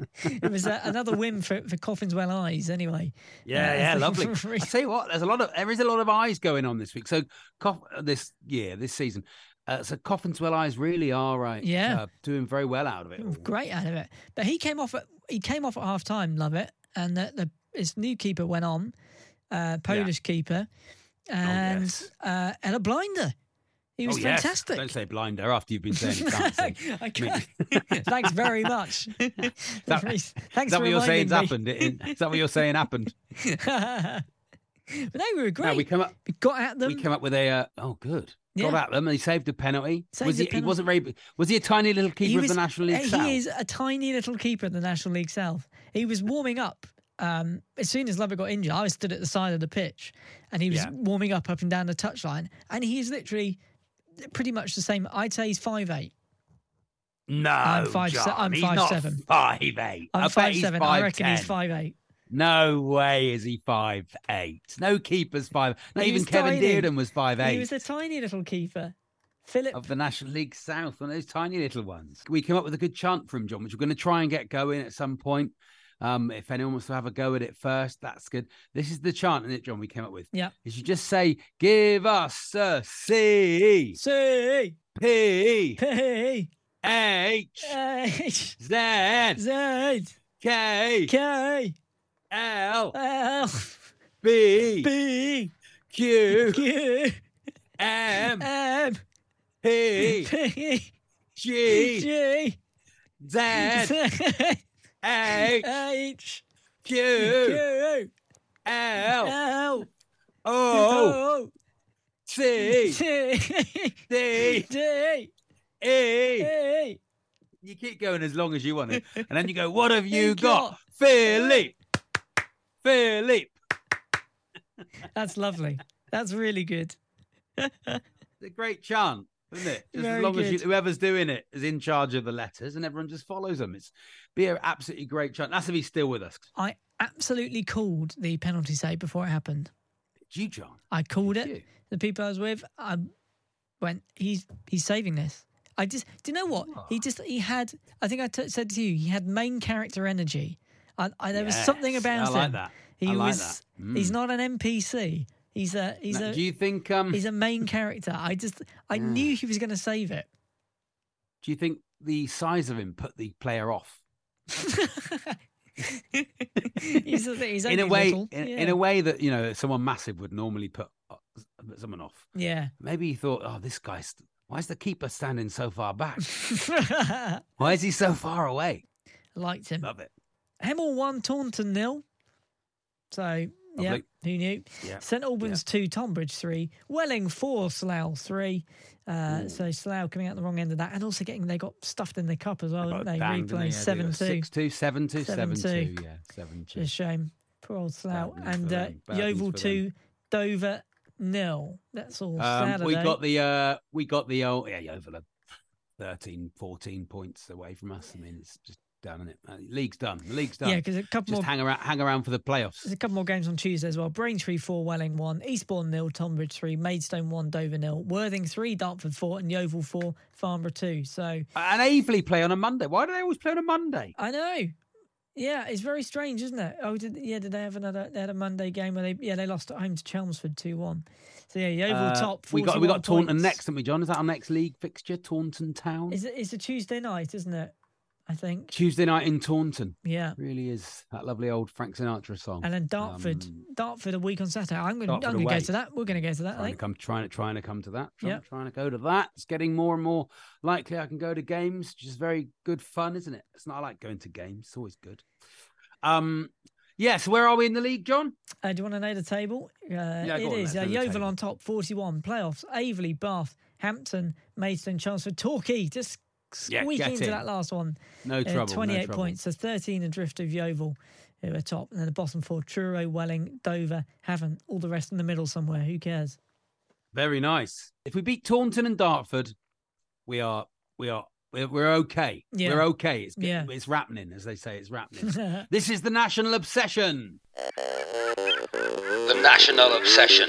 Speaker 2: it was uh, another win for, for Coffinswell Eyes, anyway.
Speaker 1: Yeah,
Speaker 2: Uh,
Speaker 1: yeah, lovely. I
Speaker 2: Reece-
Speaker 1: tell you what, there's a lot of there is a lot of eyes going on this week. So Coff- uh, this year, this season. Uh, so Coffinswell eyes really are uh,
Speaker 2: Yeah.
Speaker 1: uh, doing very well out of it. all.
Speaker 2: great out of it. But he came off at he came off at half time, love it. And the, the his new keeper went on, uh, Polish keeper, and
Speaker 1: Oh, yes.
Speaker 2: uh, and a blinder. He was
Speaker 1: oh, yes.
Speaker 2: fantastic.
Speaker 1: Don't say blinder after you've been saying it. can't say.
Speaker 2: I
Speaker 1: I mean-
Speaker 2: can't. Thanks very much.
Speaker 1: that-
Speaker 2: Reece,
Speaker 1: Is
Speaker 2: Thanks
Speaker 1: that
Speaker 2: for
Speaker 1: what you're saying's
Speaker 2: reminding
Speaker 1: happened? It- Is that what you're saying happened?
Speaker 2: me. but they were great.
Speaker 1: No, we
Speaker 2: we,
Speaker 1: come up.
Speaker 2: got at them.
Speaker 1: We came up with a. Uh, oh, good. Got
Speaker 2: Yeah.
Speaker 1: at them and he saved a penalty.
Speaker 2: Saved
Speaker 1: was
Speaker 2: a
Speaker 1: he,
Speaker 2: penalty.
Speaker 1: he wasn't very. Was he a tiny little keeper
Speaker 2: was-
Speaker 1: of the National
Speaker 2: uh,
Speaker 1: League South?
Speaker 2: He is a tiny little keeper in the National League South. He was warming up. Um, as soon as Lubbock got injured, I was stood at the side of the pitch and he was
Speaker 1: Yeah.
Speaker 2: warming up up and down the touchline. And he is literally pretty much the same. I'd say he's 5'8.
Speaker 1: No,
Speaker 2: I'm five se-
Speaker 1: John,
Speaker 2: I'm
Speaker 1: he's
Speaker 2: five
Speaker 1: not
Speaker 2: seven.
Speaker 1: Five eight.
Speaker 2: I'm
Speaker 1: I bet he's
Speaker 2: 5'7. I
Speaker 1: five
Speaker 2: reckon he's
Speaker 1: ten.
Speaker 2: 5'8.
Speaker 1: No way is he five eight. No keepers five. Not
Speaker 2: He
Speaker 1: even
Speaker 2: was
Speaker 1: Kevin
Speaker 2: tiny.
Speaker 1: Dearden was five
Speaker 2: He
Speaker 1: eight.
Speaker 2: was a tiny little keeper. Philip.
Speaker 1: of the National League South, one of those tiny little ones. We came up with a good chant from John, which we're going to try and get going at some point. Um, if anyone wants to have a go at it first, that's good. This is the chant, isn't it, John? We came up with.
Speaker 2: Yeah.
Speaker 1: Is you just say, "Give us a C
Speaker 2: C.
Speaker 1: P
Speaker 2: P.
Speaker 1: H
Speaker 2: H.
Speaker 1: Z
Speaker 2: Z.
Speaker 1: K
Speaker 2: K.
Speaker 1: L
Speaker 2: L.
Speaker 1: B
Speaker 2: B.
Speaker 1: Q
Speaker 2: Q.
Speaker 1: M
Speaker 2: M.
Speaker 1: P
Speaker 2: P.
Speaker 1: G
Speaker 2: G.
Speaker 1: Z H
Speaker 2: H
Speaker 1: Q
Speaker 2: Q
Speaker 1: O C
Speaker 2: T
Speaker 1: D
Speaker 2: D
Speaker 1: E.
Speaker 2: E.
Speaker 1: You keep going as long as you want it, and then you go, "What have you
Speaker 2: You
Speaker 1: got,
Speaker 2: got-
Speaker 1: Philip? Philip?"
Speaker 2: That's lovely. That's really good.
Speaker 1: It's a great chant, isn't it? Just as
Speaker 2: Very
Speaker 1: long as you,
Speaker 2: good.
Speaker 1: whoever's doing it is in charge of the letters, and everyone just follows them. It's be an absolutely great chant. That's if he's still with us.
Speaker 2: I absolutely called the penalty save before it happened.
Speaker 1: Did you, John?
Speaker 2: I called
Speaker 1: Did
Speaker 2: it.
Speaker 1: you?
Speaker 2: The people I was with, I went. He's he's saving this. I just do you know what he just he had. I think I t- said to you, he had main character energy. I, I, there was something
Speaker 1: Yes,
Speaker 2: about
Speaker 1: I like
Speaker 2: him.
Speaker 1: that.
Speaker 2: He
Speaker 1: I like
Speaker 2: was.
Speaker 1: that. Mm.
Speaker 2: He's not an NPC. He's a he's
Speaker 1: Now,
Speaker 2: a
Speaker 1: do you think? Um, Mm.
Speaker 2: he's a main character. I just I knew he was going to save it.
Speaker 1: do you think the size of him put the player off?
Speaker 2: he's, the thing, he's
Speaker 1: in
Speaker 2: only
Speaker 1: a way,
Speaker 2: little.
Speaker 1: in,
Speaker 2: yeah.
Speaker 1: in a way that you know someone massive would normally put uh, s- someone off.
Speaker 2: yeah.
Speaker 1: Maybe he thought, "Oh, this guy's why is the keeper standing so far back? why is he so far away?"
Speaker 2: Liked him.
Speaker 1: Love it.
Speaker 2: Hemel won Taunton nil. So yeah,
Speaker 1: Lovely.
Speaker 2: who knew?
Speaker 1: Yeah,
Speaker 2: St Albans two, Tonbridge three, Welling four, Slough three. Uh, so Slough coming out the wrong end of that, and also getting they got stuffed in the cup as well,
Speaker 1: Got
Speaker 2: Oh, didn't they?
Speaker 1: banged, didn't they? Yeah,
Speaker 2: Replay
Speaker 1: they got
Speaker 2: seven two.
Speaker 1: six two, seven two, seven
Speaker 2: Seven
Speaker 1: two.
Speaker 2: two.
Speaker 1: Yeah, seven
Speaker 2: A
Speaker 1: two.
Speaker 2: shame. Poor old Slough
Speaker 1: news
Speaker 2: and
Speaker 1: for
Speaker 2: uh,
Speaker 1: them. Bad news
Speaker 2: Yeovil
Speaker 1: for them.
Speaker 2: two, Dover nil. That's all.
Speaker 1: Um,
Speaker 2: Saturday.
Speaker 1: we got the uh, we got the old yeah Yeovil are 13, 14 points away from us. I mean, it's just done, isn't it? Uh, league's done. The league's done.
Speaker 2: yeah, because a couple
Speaker 1: just
Speaker 2: more
Speaker 1: hang around, hang around for the playoffs.
Speaker 2: There's a couple more games on Tuesday as well. Braintree 4, Welling 1, Eastbourne nil, Tonbridge 3, Maidstone 1, Dover nil, Worthing 3, Dartford 4, and Yeovil 4, Farnborough 2. So
Speaker 1: And Avely play on a Monday. Why do they always play on a Monday?
Speaker 2: I know. Yeah, it's very strange, isn't it? Oh, did, yeah, did they have another? They had a Monday game where they, yeah, they lost at home to Chelmsford 2 1. So yeah, Yeovil
Speaker 1: Uh,
Speaker 2: top.
Speaker 1: we got we
Speaker 2: 41
Speaker 1: got Taunton
Speaker 2: points.
Speaker 1: next, haven't we, John? Is that our next league fixture? Taunton Town.
Speaker 2: It's, a- it's a Tuesday night, isn't it? I think.
Speaker 1: Tuesday night in Taunton.
Speaker 2: Yeah.
Speaker 1: Really is that lovely old Frank Sinatra song.
Speaker 2: And then Dartford, Dartford a week on Saturday. I'm going to
Speaker 1: Um, Dartford
Speaker 2: I'm going to
Speaker 1: away.
Speaker 2: go to that. We're going to go to that. I
Speaker 1: Trying to
Speaker 2: think.
Speaker 1: come, trying to trying to come to that. Trying,
Speaker 2: Yep.
Speaker 1: trying to go to that. It's getting more and more likely I can go to games, which is very good fun, isn't it? It's not I like going to games. It's always good. Um. Yes. Where are we in the league, John?
Speaker 2: Uh, do you want to know the table? Uh,
Speaker 1: go
Speaker 2: it
Speaker 1: on,
Speaker 2: is
Speaker 1: let's
Speaker 2: uh,
Speaker 1: know the
Speaker 2: Yeovil
Speaker 1: table.
Speaker 2: on top, 41. Playoffs, Averley, Bath, Hampton, Maidstone, Chelmsford, Torquay. Just
Speaker 1: Yeah,
Speaker 2: squeak
Speaker 1: get
Speaker 2: into
Speaker 1: in.
Speaker 2: that last one.
Speaker 1: No
Speaker 2: Uh,
Speaker 1: trouble. no
Speaker 2: 28
Speaker 1: trouble.
Speaker 2: points. So 13 adrift of Yeovil, who are top. And then the bottom four, Truro, Welling, Dover, Haven. All the rest in the middle somewhere. Who cares?
Speaker 1: Very nice. If we beat Taunton and Dartford, we are we are we're, we're okay.
Speaker 2: Yeah.
Speaker 1: We're okay. It's getting,
Speaker 2: Yeah.
Speaker 1: it's happening, as they say. It's happening. this is the national obsession.
Speaker 3: The National Obsession.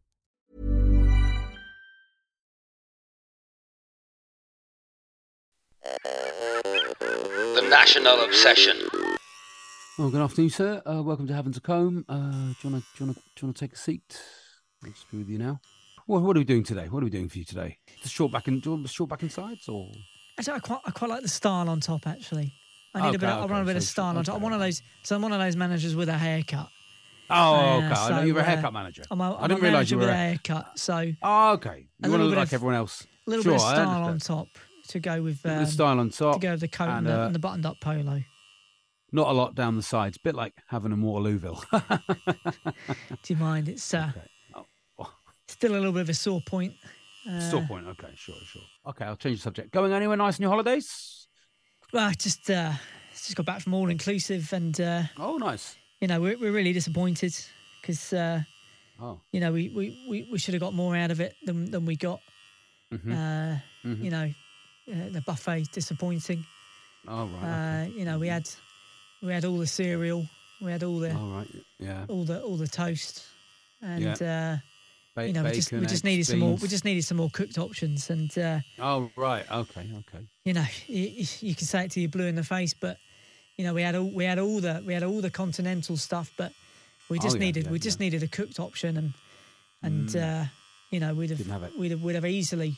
Speaker 3: The National Obsession.
Speaker 1: Oh, good afternoon, sir. Uh, welcome to Having to Comb. Uh, do you want to do you want to do you want to take a seat? I'll just be with you now. What, what are we doing today? What are we doing for you today? The short back and do you want the short back and sides or
Speaker 2: Actually, I quite, I quite like the style on top. Actually, I need
Speaker 1: Okay,
Speaker 2: a bit. Of, I want
Speaker 1: okay,
Speaker 2: a bit of
Speaker 1: so-
Speaker 2: style on top. I'm
Speaker 1: okay.
Speaker 2: one of those. So I'm one of those managers with a haircut.
Speaker 1: Oh,
Speaker 2: Uh,
Speaker 1: okay. I know
Speaker 2: so,
Speaker 1: you're a
Speaker 2: uh,
Speaker 1: haircut manager.
Speaker 2: I'm a,
Speaker 1: I
Speaker 2: I'm
Speaker 1: didn't
Speaker 2: a
Speaker 1: realise
Speaker 2: manager
Speaker 1: you were.
Speaker 2: with a
Speaker 1: A...
Speaker 2: haircut. So
Speaker 1: Oh, okay. You want
Speaker 2: little
Speaker 1: to look
Speaker 2: bit
Speaker 1: like
Speaker 2: of-
Speaker 1: everyone else.
Speaker 2: A little
Speaker 1: sure,
Speaker 2: bit of
Speaker 1: I
Speaker 2: style
Speaker 1: understand.
Speaker 2: on top to go with
Speaker 1: Bit of
Speaker 2: um,
Speaker 1: style on top
Speaker 2: to go with the coat and,
Speaker 1: and,
Speaker 2: the,
Speaker 1: uh,
Speaker 2: and the buttoned-up polo.
Speaker 1: Not a lot down the sides. Bit like having a Waterlooville.
Speaker 2: Do you mind? It's uh,
Speaker 1: Oh,
Speaker 2: still a little bit of a sore point. Uh,
Speaker 1: Sore point. Okay, sure, sure. Okay, I'll change the subject. Going anywhere nice on your holidays?
Speaker 2: Well, I just uh, just got back from all inclusive, and uh,
Speaker 1: Oh, nice.
Speaker 2: you know, we're, we're really disappointed because, uh,
Speaker 1: Oh,
Speaker 2: you know, we, we, we, we should have got more out of it than, than we got.
Speaker 1: Mhm.
Speaker 2: Uh, You know, uh, the buffet disappointing.
Speaker 1: all
Speaker 2: Uh,
Speaker 1: right.
Speaker 2: you know,
Speaker 1: Mm-hmm.
Speaker 2: we had we had all the cereal, we had all the
Speaker 1: okay. All right. Yeah.
Speaker 2: all the all the toast, and
Speaker 1: Ba-
Speaker 2: uh, you know, we just we
Speaker 1: bacon,
Speaker 2: just
Speaker 1: eggs,
Speaker 2: needed some more. We
Speaker 1: beans.
Speaker 2: just needed some more cooked options, and uh,
Speaker 1: Oh right. Okay. Okay.
Speaker 2: you know, you, you can say it to you blue in the face, but you know, we had all we had all the we had all the continental stuff, but we
Speaker 1: Oh,
Speaker 2: just
Speaker 1: yeah,
Speaker 2: needed
Speaker 1: yeah,
Speaker 2: we just
Speaker 1: yeah. Mm.
Speaker 2: needed a cooked option, and and uh, you know, we'd have,
Speaker 1: Didn't have it. Mm.
Speaker 2: we'd have we'd have easily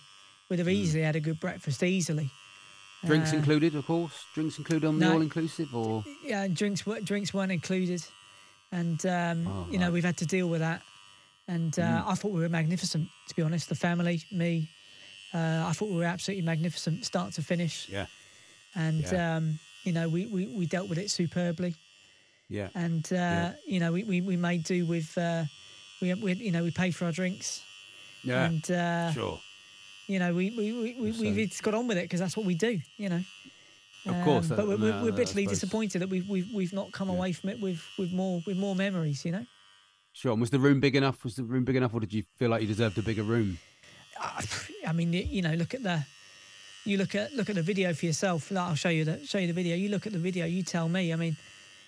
Speaker 2: we'd have easily had a good breakfast easily.
Speaker 1: Drinks
Speaker 2: Uh,
Speaker 1: included, of course. Drinks included on the
Speaker 2: no.
Speaker 1: all inclusive, or
Speaker 2: yeah, and drinks were, drinks weren't included, and um,
Speaker 1: Oh,
Speaker 2: you know
Speaker 1: right. Mm.
Speaker 2: we've had to deal with that. And uh, I thought we were magnificent, to be honest. The family, me, uh, I thought we were absolutely magnificent, start to finish.
Speaker 1: yeah,
Speaker 2: And
Speaker 1: Yeah.
Speaker 2: um, you know we, we we dealt with it superbly,
Speaker 1: yeah.
Speaker 2: and uh,
Speaker 1: Yeah.
Speaker 2: you know we, we, we made do with uh, we, we you know we paid for our drinks,
Speaker 1: Yeah,
Speaker 2: and uh,
Speaker 1: sure.
Speaker 2: you know we we we, we
Speaker 1: So-
Speaker 2: we've just got on with it because that's what we do, you know.
Speaker 1: Of course,
Speaker 2: Um,
Speaker 1: uh,
Speaker 2: but we're,
Speaker 1: no,
Speaker 2: we're,
Speaker 1: I
Speaker 2: we're bitterly
Speaker 1: suppose.
Speaker 2: disappointed that we've we've we've not come
Speaker 1: Yeah.
Speaker 2: away from it with with more with more memories. You know,
Speaker 1: Sure. And was the room big enough? Was the room big enough, or did you feel like you deserved a bigger room?
Speaker 2: I, I mean, y- you know, look at the you look at look at the video for yourself. Like, I'll show you the show you the video. You look at the video. You tell me. I mean,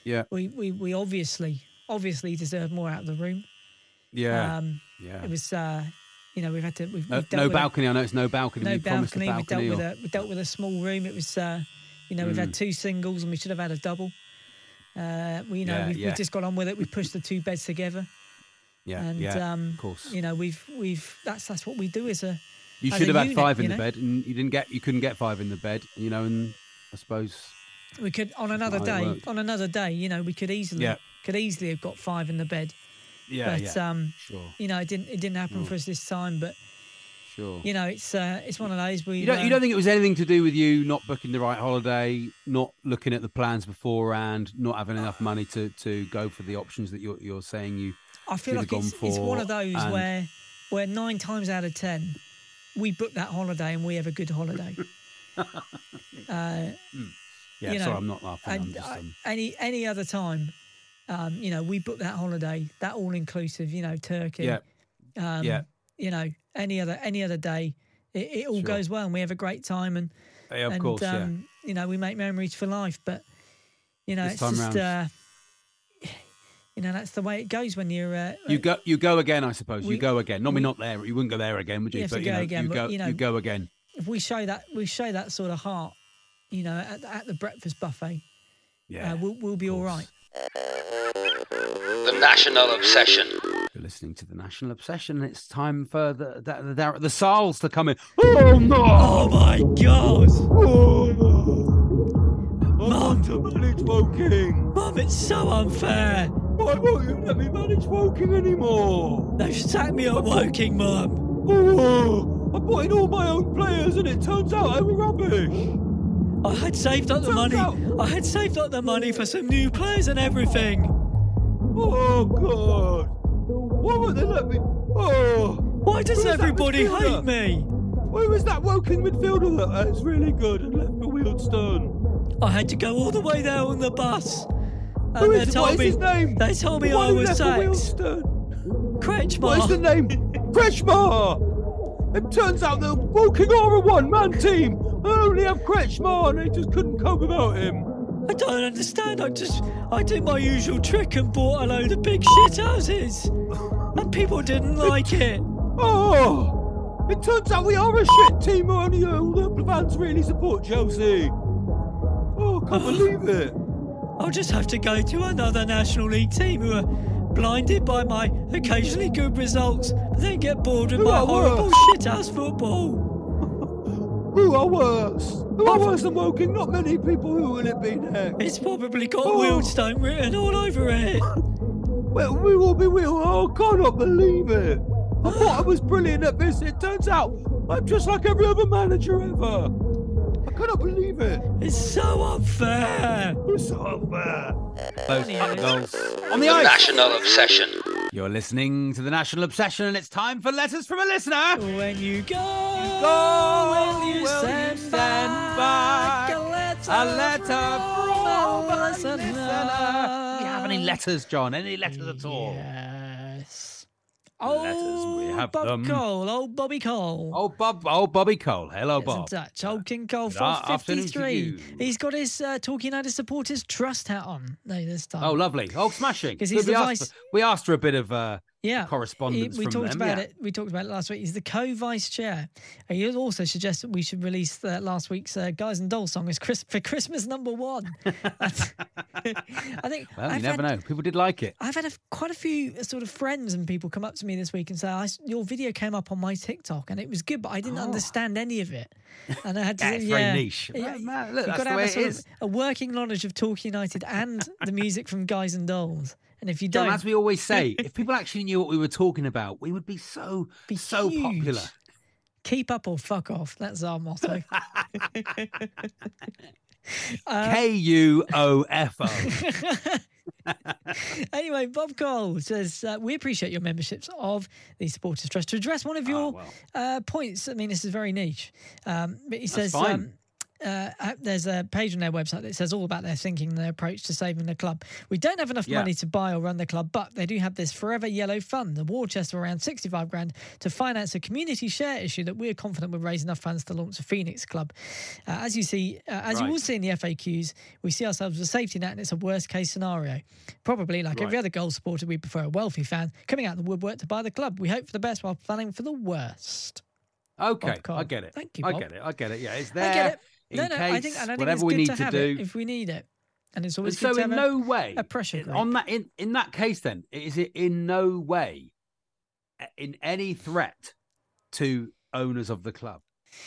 Speaker 1: Yeah,
Speaker 2: we we, we obviously obviously deserve more out of the room.
Speaker 1: yeah,
Speaker 2: Um,
Speaker 1: yeah.
Speaker 2: It was uh, you know we've had to we've,
Speaker 1: No-
Speaker 2: we've dealt
Speaker 1: no
Speaker 2: with a-
Speaker 1: balcony. I know it's no balcony.
Speaker 2: no
Speaker 1: we promised
Speaker 2: balcony. We
Speaker 1: a
Speaker 2: dealt
Speaker 1: balcony.
Speaker 2: with
Speaker 1: or- Hmm.
Speaker 2: a we dealt with a small room. It was uh, you know we've had two singles and we should have had a double. Uh, we you know
Speaker 1: Yeah,
Speaker 2: we've,
Speaker 1: yeah.
Speaker 2: we've just got on with it. We pushed the two beds together.
Speaker 1: yeah,
Speaker 2: and
Speaker 1: yeah.
Speaker 2: um,
Speaker 1: of course.
Speaker 2: you know we've we've that's that's what we do as a
Speaker 1: You
Speaker 2: as
Speaker 1: should
Speaker 2: a
Speaker 1: have had
Speaker 2: unit,
Speaker 1: five
Speaker 2: you
Speaker 1: in the
Speaker 2: know?
Speaker 1: bed, and you didn't get. You couldn't get five in the bed. You know, and I suppose.
Speaker 2: we could on another
Speaker 1: how it
Speaker 2: day
Speaker 1: worked.
Speaker 2: on another day you know we could easily
Speaker 1: Yeah.
Speaker 2: could easily have got five in the bed
Speaker 1: Yeah,
Speaker 2: but
Speaker 1: yeah.
Speaker 2: um
Speaker 1: sure,
Speaker 2: you know it didn't it didn't
Speaker 1: Hmm.
Speaker 2: happen for us this time but
Speaker 1: sure.
Speaker 2: you know it's uh, it's one of those we
Speaker 1: You don't,
Speaker 2: uh,
Speaker 1: you don't think it was anything to do with you not booking the right holiday, not looking at the plans beforehand, not having enough money to, to go for the options that you're, you're saying you.
Speaker 2: I feel
Speaker 1: should
Speaker 2: like
Speaker 1: have
Speaker 2: it's,
Speaker 1: gone
Speaker 2: it's one of
Speaker 1: for
Speaker 2: those
Speaker 1: and-
Speaker 2: where where nine times out of ten we book that holiday and we have a good holiday
Speaker 1: Yeah,
Speaker 2: You know,
Speaker 1: sorry, I'm not laughing. I'm
Speaker 2: and
Speaker 1: just,
Speaker 2: uh,
Speaker 1: um,
Speaker 2: any any other time um, you know we book that holiday that all inclusive you know Turkey
Speaker 1: yeah,
Speaker 2: um,
Speaker 1: yeah,
Speaker 2: you know any other any other day it, it all
Speaker 1: Sure.
Speaker 2: goes well and we have a great time and
Speaker 1: yeah, of
Speaker 2: and
Speaker 1: course, yeah.
Speaker 2: um, you know we make memories for life but you know
Speaker 1: This
Speaker 2: it's
Speaker 1: time
Speaker 2: just uh,
Speaker 1: round.
Speaker 2: you know that's the way it goes when you're uh,
Speaker 1: You go, you go again, I suppose.
Speaker 2: we-
Speaker 1: you go again. Normally, not there. You wouldn't go there again, would
Speaker 2: You
Speaker 1: you?
Speaker 2: have to
Speaker 1: but
Speaker 2: go
Speaker 1: you know,
Speaker 2: again,
Speaker 1: you
Speaker 2: but,
Speaker 1: go,
Speaker 2: you know-
Speaker 1: go again.
Speaker 2: if we show that we show that sort of heart you know at, the- at the breakfast buffet
Speaker 1: Yeah,
Speaker 2: uh, we'll, we'll be all
Speaker 1: course.
Speaker 2: right
Speaker 3: The National Obsession.
Speaker 1: You're listening to the National Obsession. and It's time for the the, the, the Sals to come in. Oh no!
Speaker 2: my god
Speaker 1: Oh, no. I want to manage smoking.
Speaker 2: mum it's so unfair
Speaker 1: Why won't you let me manage smoking anymore?
Speaker 2: they've sacked me at woking mum
Speaker 1: Oh, I bought in all my own players and it turns out they were rubbish.
Speaker 2: I had saved up the money. I had saved up the money for some new players and everything.
Speaker 1: Oh god! Why won't they let me? Oh,
Speaker 2: Why
Speaker 1: Who's
Speaker 2: does
Speaker 1: that
Speaker 2: everybody hate
Speaker 1: midfielder?
Speaker 2: me?
Speaker 1: where was that Woking midfielder that- that's really good and left for Wealdstone?
Speaker 2: I had to go all the way there on the bus. And
Speaker 1: Who
Speaker 2: they
Speaker 1: is it?
Speaker 2: told
Speaker 1: What is
Speaker 2: me
Speaker 1: his name?
Speaker 2: they told me
Speaker 1: The one
Speaker 2: I
Speaker 1: who
Speaker 2: was
Speaker 1: left for
Speaker 2: sacked.
Speaker 1: Wealdstone. What is the
Speaker 2: Kretschmar.
Speaker 1: name? Kretschmar! It turns out the Walking Aura one man team only have Kretschmar and they just couldn't cope without him.
Speaker 2: I don't understand. I just I did my usual trick and bought a load of big shit houses. And people didn't like it.
Speaker 1: Oh! It turns out we are a shit team who only all the fans really support Chelsea. Oh, I can't believe it.
Speaker 2: I'll just have to go to another National League team who are blinded by my occasionally good results, but then get bored with
Speaker 1: Who
Speaker 2: my
Speaker 1: are
Speaker 2: horrible
Speaker 1: worse?
Speaker 2: shit house football.
Speaker 1: Who are worse? Who are worse than Woking? Not many people. Who will it be next?
Speaker 2: It's probably got
Speaker 1: Oh.
Speaker 2: Wheelstone written all over it.
Speaker 1: Well, we will be. We oh, I cannot believe it. I thought I was brilliant at this. It turns out I'm just like every other manager ever. I cannot believe it.
Speaker 2: It's so unfair.
Speaker 1: It's so unfair. On the
Speaker 3: The
Speaker 1: ice.
Speaker 3: National Obsession.
Speaker 1: You're listening to the National Obsession, and it's time for letters from a listener.
Speaker 2: When you go,
Speaker 1: go,
Speaker 2: will you
Speaker 1: will
Speaker 2: send,
Speaker 1: you send
Speaker 2: back,
Speaker 1: back
Speaker 2: a letter,
Speaker 1: a letter
Speaker 2: from a
Speaker 1: from a
Speaker 2: listener?
Speaker 1: listener? We haven't any letters, John? Any letters at all?
Speaker 2: Yes.
Speaker 1: Letters, we
Speaker 2: Oh,
Speaker 1: have
Speaker 2: Bob
Speaker 1: them.
Speaker 2: Cole. Oh, Bobby Cole.
Speaker 1: Oh, Bob. Oh, Bobby Cole. Hello,
Speaker 2: Gets in
Speaker 1: Bob.
Speaker 2: touch. Old King Cole,
Speaker 1: Good a- afternoon to
Speaker 2: 453.
Speaker 1: you.
Speaker 2: He's got his uh, Talk United supporters trust hat on no, this time.
Speaker 1: Oh, lovely. Oh, smashing.
Speaker 2: 'Cause
Speaker 1: Good,
Speaker 2: he's
Speaker 1: we,
Speaker 2: the
Speaker 1: asked
Speaker 2: vice-
Speaker 1: for, we asked for a bit of uh,
Speaker 2: yeah.
Speaker 1: correspondence
Speaker 2: He- we
Speaker 1: from
Speaker 2: talked
Speaker 1: them.
Speaker 2: about
Speaker 1: yeah.
Speaker 2: it. We talked about it last week. He's the co-vice chair. And He also suggests that we should release uh, last week's uh, Guys and Dolls song as Chris- for Christmas number one. That's- I think.
Speaker 1: Well, you
Speaker 2: I've
Speaker 1: never
Speaker 2: had-
Speaker 1: know. People did like it.
Speaker 2: I've had a, quite a few uh, sort of friends and people come up to me this week and say, I, s- "Your video came up on my TikTok and it was good, but I didn't understand any of it." And I had to,
Speaker 1: Oh. Yeah, it's
Speaker 2: yeah,
Speaker 1: very niche. Well, man, look,
Speaker 2: you've got
Speaker 1: that's the
Speaker 2: to have
Speaker 1: way
Speaker 2: a,
Speaker 1: it
Speaker 2: sort
Speaker 1: is.
Speaker 2: Of, a working knowledge of Talk United and the music from Guys and Dolls. And if you
Speaker 1: John,
Speaker 2: don't,
Speaker 1: as we always say, if people actually knew what we were talking about, we would be so
Speaker 2: Be
Speaker 1: so popular.
Speaker 2: huge. keep up or fuck off. That's our motto. Uh,
Speaker 1: K U O F O.
Speaker 2: Anyway, Bob Cole says, uh, We appreciate your memberships of the Supporters Trust. To address one of your
Speaker 1: Ah, well.
Speaker 2: uh, points, I mean, this is very niche, um, but he says,
Speaker 1: fine.
Speaker 2: Um, uh, uh, there's a page on their website that says all about their thinking and their approach to saving the club. We don't have enough
Speaker 1: Yeah.
Speaker 2: money to buy or run the club, but they do have this forever yellow fund, the war chest of around 65 grand, to finance a community share issue that we're confident will raise enough funds to launch a Phoenix club. Uh, as you see, uh, as you
Speaker 1: Right.
Speaker 2: will see in the FAQs, we see ourselves as a safety net and it's a worst case scenario. Probably like every
Speaker 1: Right.
Speaker 2: other goal supporter, we prefer a wealthy fan coming out of the woodwork to buy the club. We hope for the best while planning for the worst.
Speaker 1: Okay, I
Speaker 2: um, Cole.
Speaker 1: get it.
Speaker 2: Thank you,
Speaker 1: I
Speaker 2: Bob.
Speaker 1: get it. I get it. Yeah, it's there.
Speaker 2: I get it.
Speaker 1: In
Speaker 2: no, no, I think,
Speaker 1: case
Speaker 2: and I think
Speaker 1: whatever
Speaker 2: it's
Speaker 1: we
Speaker 2: good
Speaker 1: need
Speaker 2: to have
Speaker 1: do.
Speaker 2: it if we need it. And it's
Speaker 1: And
Speaker 2: always
Speaker 1: so,
Speaker 2: good to
Speaker 1: in
Speaker 2: have a-
Speaker 1: no way,
Speaker 2: a pressure
Speaker 1: in-
Speaker 2: group.
Speaker 1: on that in in that case, then is it in no way a- in any threat to owners of the club?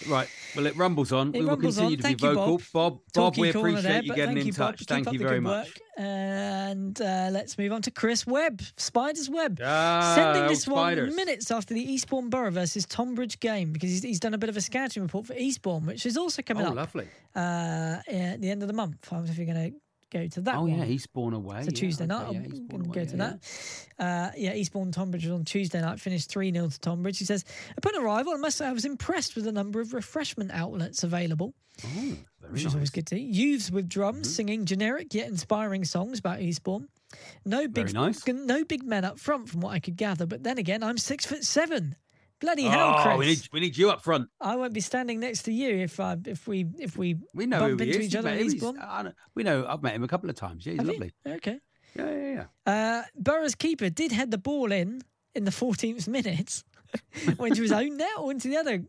Speaker 1: Right. Well, it rumbles on.
Speaker 2: It
Speaker 1: we will
Speaker 2: rumbles
Speaker 1: continue
Speaker 2: on.
Speaker 1: to
Speaker 2: Thank
Speaker 1: be
Speaker 2: you,
Speaker 1: vocal.
Speaker 2: Bob.
Speaker 1: Bob, Bob,
Speaker 2: Talking
Speaker 1: we
Speaker 2: corner
Speaker 1: appreciate
Speaker 2: there,
Speaker 1: you
Speaker 2: but
Speaker 1: getting
Speaker 2: thank
Speaker 1: in
Speaker 2: you, Bob.
Speaker 1: touch.
Speaker 2: Keep
Speaker 1: Thank
Speaker 2: up
Speaker 1: you
Speaker 2: the
Speaker 1: very
Speaker 2: good
Speaker 1: much.
Speaker 2: work. And uh, let's move on to Chris Webb, Spider's Web.
Speaker 1: Ah,
Speaker 2: Sending
Speaker 1: old
Speaker 2: this one
Speaker 1: spiders.
Speaker 2: minutes after the Eastbourne Borough versus Tonbridge game because he's, he's done a bit of a scouting report for Eastbourne, which is also coming
Speaker 1: Oh,
Speaker 2: up
Speaker 1: lovely.
Speaker 2: uh, at the end of the month. I don't know if you're going to go to that
Speaker 1: Oh
Speaker 2: one.
Speaker 1: yeah, he's born away.
Speaker 2: It's a
Speaker 1: yeah,
Speaker 2: Tuesday
Speaker 1: okay,
Speaker 2: night.
Speaker 1: yeah,
Speaker 2: I'm
Speaker 1: he's
Speaker 2: going
Speaker 1: born
Speaker 2: to go
Speaker 1: away,
Speaker 2: to
Speaker 1: yeah.
Speaker 2: that. Uh, yeah, Eastbourne Tonbridge was on Tuesday night, finished 3 0 to Tonbridge. He says, Upon arrival, I must say I was impressed with the number of refreshment outlets available,
Speaker 1: Oh, very
Speaker 2: which
Speaker 1: nice. Mm-hmm.
Speaker 2: is always good to see. Youths with drums singing generic yet inspiring songs about Eastbourne. No big,
Speaker 1: Very nice.
Speaker 2: no big men up front, from what I could gather. But then again, I'm six foot seven. Bloody hell,
Speaker 1: Oh,
Speaker 2: Chris!
Speaker 1: we need, we need you up front.
Speaker 2: I won't be standing next to you if I, if we if we,
Speaker 1: We know
Speaker 2: bump
Speaker 1: who he
Speaker 2: into
Speaker 1: is.
Speaker 2: each
Speaker 1: You've
Speaker 2: other
Speaker 1: met
Speaker 2: in
Speaker 1: him. He's-
Speaker 2: Eastbourne.
Speaker 1: I know- we know. I've met him a couple of times. Yeah, he's
Speaker 2: Have you?
Speaker 1: lovely.
Speaker 2: Okay.
Speaker 1: Yeah, yeah, yeah.
Speaker 2: Uh, Borough's keeper did head the ball in in the 14th minute, went to his own net or into the other.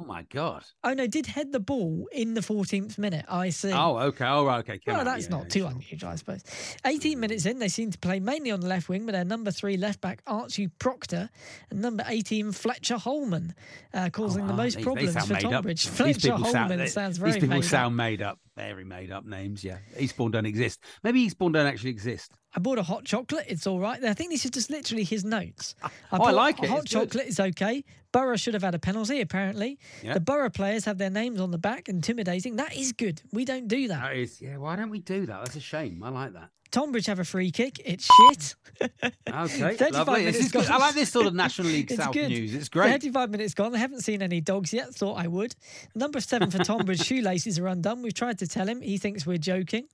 Speaker 1: Oh my god.
Speaker 2: Oh no, did head the ball in the 14th minute. I see.
Speaker 1: Oh, okay. All right. Okay. Come
Speaker 2: Well,
Speaker 1: on.
Speaker 2: that's
Speaker 1: Yeah,
Speaker 2: not
Speaker 1: yeah,
Speaker 2: too
Speaker 1: sure.
Speaker 2: unusual, I suppose. 18 minutes in, they seem to play mainly on the left wing, but their number three left back, Archie Proctor, and number 18, Fletcher Holman, uh, causing the
Speaker 1: Ah,
Speaker 2: most
Speaker 1: these- they
Speaker 2: problems
Speaker 1: sound
Speaker 2: for
Speaker 1: made up.
Speaker 2: Tonbridge.
Speaker 1: These
Speaker 2: Fletcher
Speaker 1: people
Speaker 2: Holman
Speaker 1: sound- they-
Speaker 2: sounds very
Speaker 1: These people
Speaker 2: made up.
Speaker 1: sound made up. Very made up names. Yeah. Eastbourne don't exist. Maybe Eastbourne don't actually exist.
Speaker 2: I bought a hot chocolate. It's all right. I think this is just literally his notes. I,
Speaker 1: Oh, I
Speaker 2: bought
Speaker 1: like
Speaker 2: a
Speaker 1: it,
Speaker 2: Hot
Speaker 1: it's good.
Speaker 2: chocolate is okay. Borough should have had a penalty, apparently.
Speaker 1: Yeah.
Speaker 2: The Borough players have their names on the back, intimidating. That is good. We don't do that.
Speaker 1: That is. Yeah. Why don't we do that? That's a shame. I like that.
Speaker 2: Tonbridge have a free kick. It's shit.
Speaker 1: Okay.
Speaker 2: 35
Speaker 1: lovely. This
Speaker 2: minutes
Speaker 1: is good.
Speaker 2: gone.
Speaker 1: I like this sort of National League
Speaker 2: it's
Speaker 1: South
Speaker 2: good.
Speaker 1: news. It's great.
Speaker 2: 35 minutes gone. I haven't seen any dogs yet. Thought I would. Number seven for Tonbridge. shoelaces are undone. We've tried to tell him. He thinks we're joking.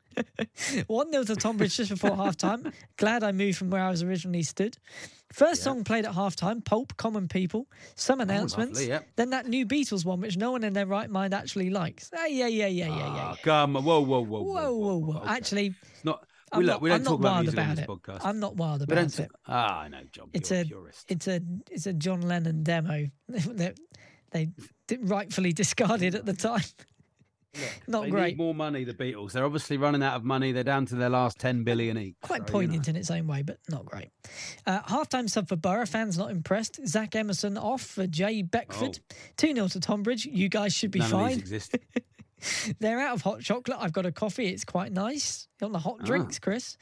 Speaker 2: 1 0 to Tonbridge just before half time. Glad I moved from where I was originally stood. First song played at half time Pulp, Common People, some announcements.
Speaker 1: Oh, lovely, yep.
Speaker 2: Then that new Beatles one, which no one in their right mind actually likes. Hey, yeah, yeah, yeah, yeah, yeah.
Speaker 1: Ah, come on. Whoa, whoa, whoa, whoa,
Speaker 2: Whoa, whoa, whoa.
Speaker 1: Okay.
Speaker 2: Actually,
Speaker 1: It's not.
Speaker 2: I'm
Speaker 1: we look.
Speaker 2: not,
Speaker 1: we don't
Speaker 2: I'm
Speaker 1: talk
Speaker 2: not
Speaker 1: about
Speaker 2: wild
Speaker 1: music on
Speaker 2: about
Speaker 1: this
Speaker 2: it.
Speaker 1: podcast.
Speaker 2: I'm not wild
Speaker 1: We
Speaker 2: about
Speaker 1: don't.
Speaker 2: it.
Speaker 1: Ah, I know, John.
Speaker 2: It's
Speaker 1: you're
Speaker 2: a
Speaker 1: purist.
Speaker 2: it's a it's a John Lennon demo that they di- rightfully discarded at the time. Not
Speaker 1: they
Speaker 2: great.
Speaker 1: need more money. The Beatles. They're obviously running out of money. They're down to their last ten billion each.
Speaker 2: Quite
Speaker 1: so, you
Speaker 2: poignant in its own way, but not great. Uh, halftime sub for Borough. Fans not impressed. Zach Emerson off for Jay Beckford. 2 0 to Tonbridge. You guys should be
Speaker 1: know, Oh. none of these
Speaker 2: fine.
Speaker 1: exist.
Speaker 2: They're out of hot chocolate. I've got a coffee. It's quite nice. You want the hot
Speaker 1: Ah.
Speaker 2: drinks, Chris?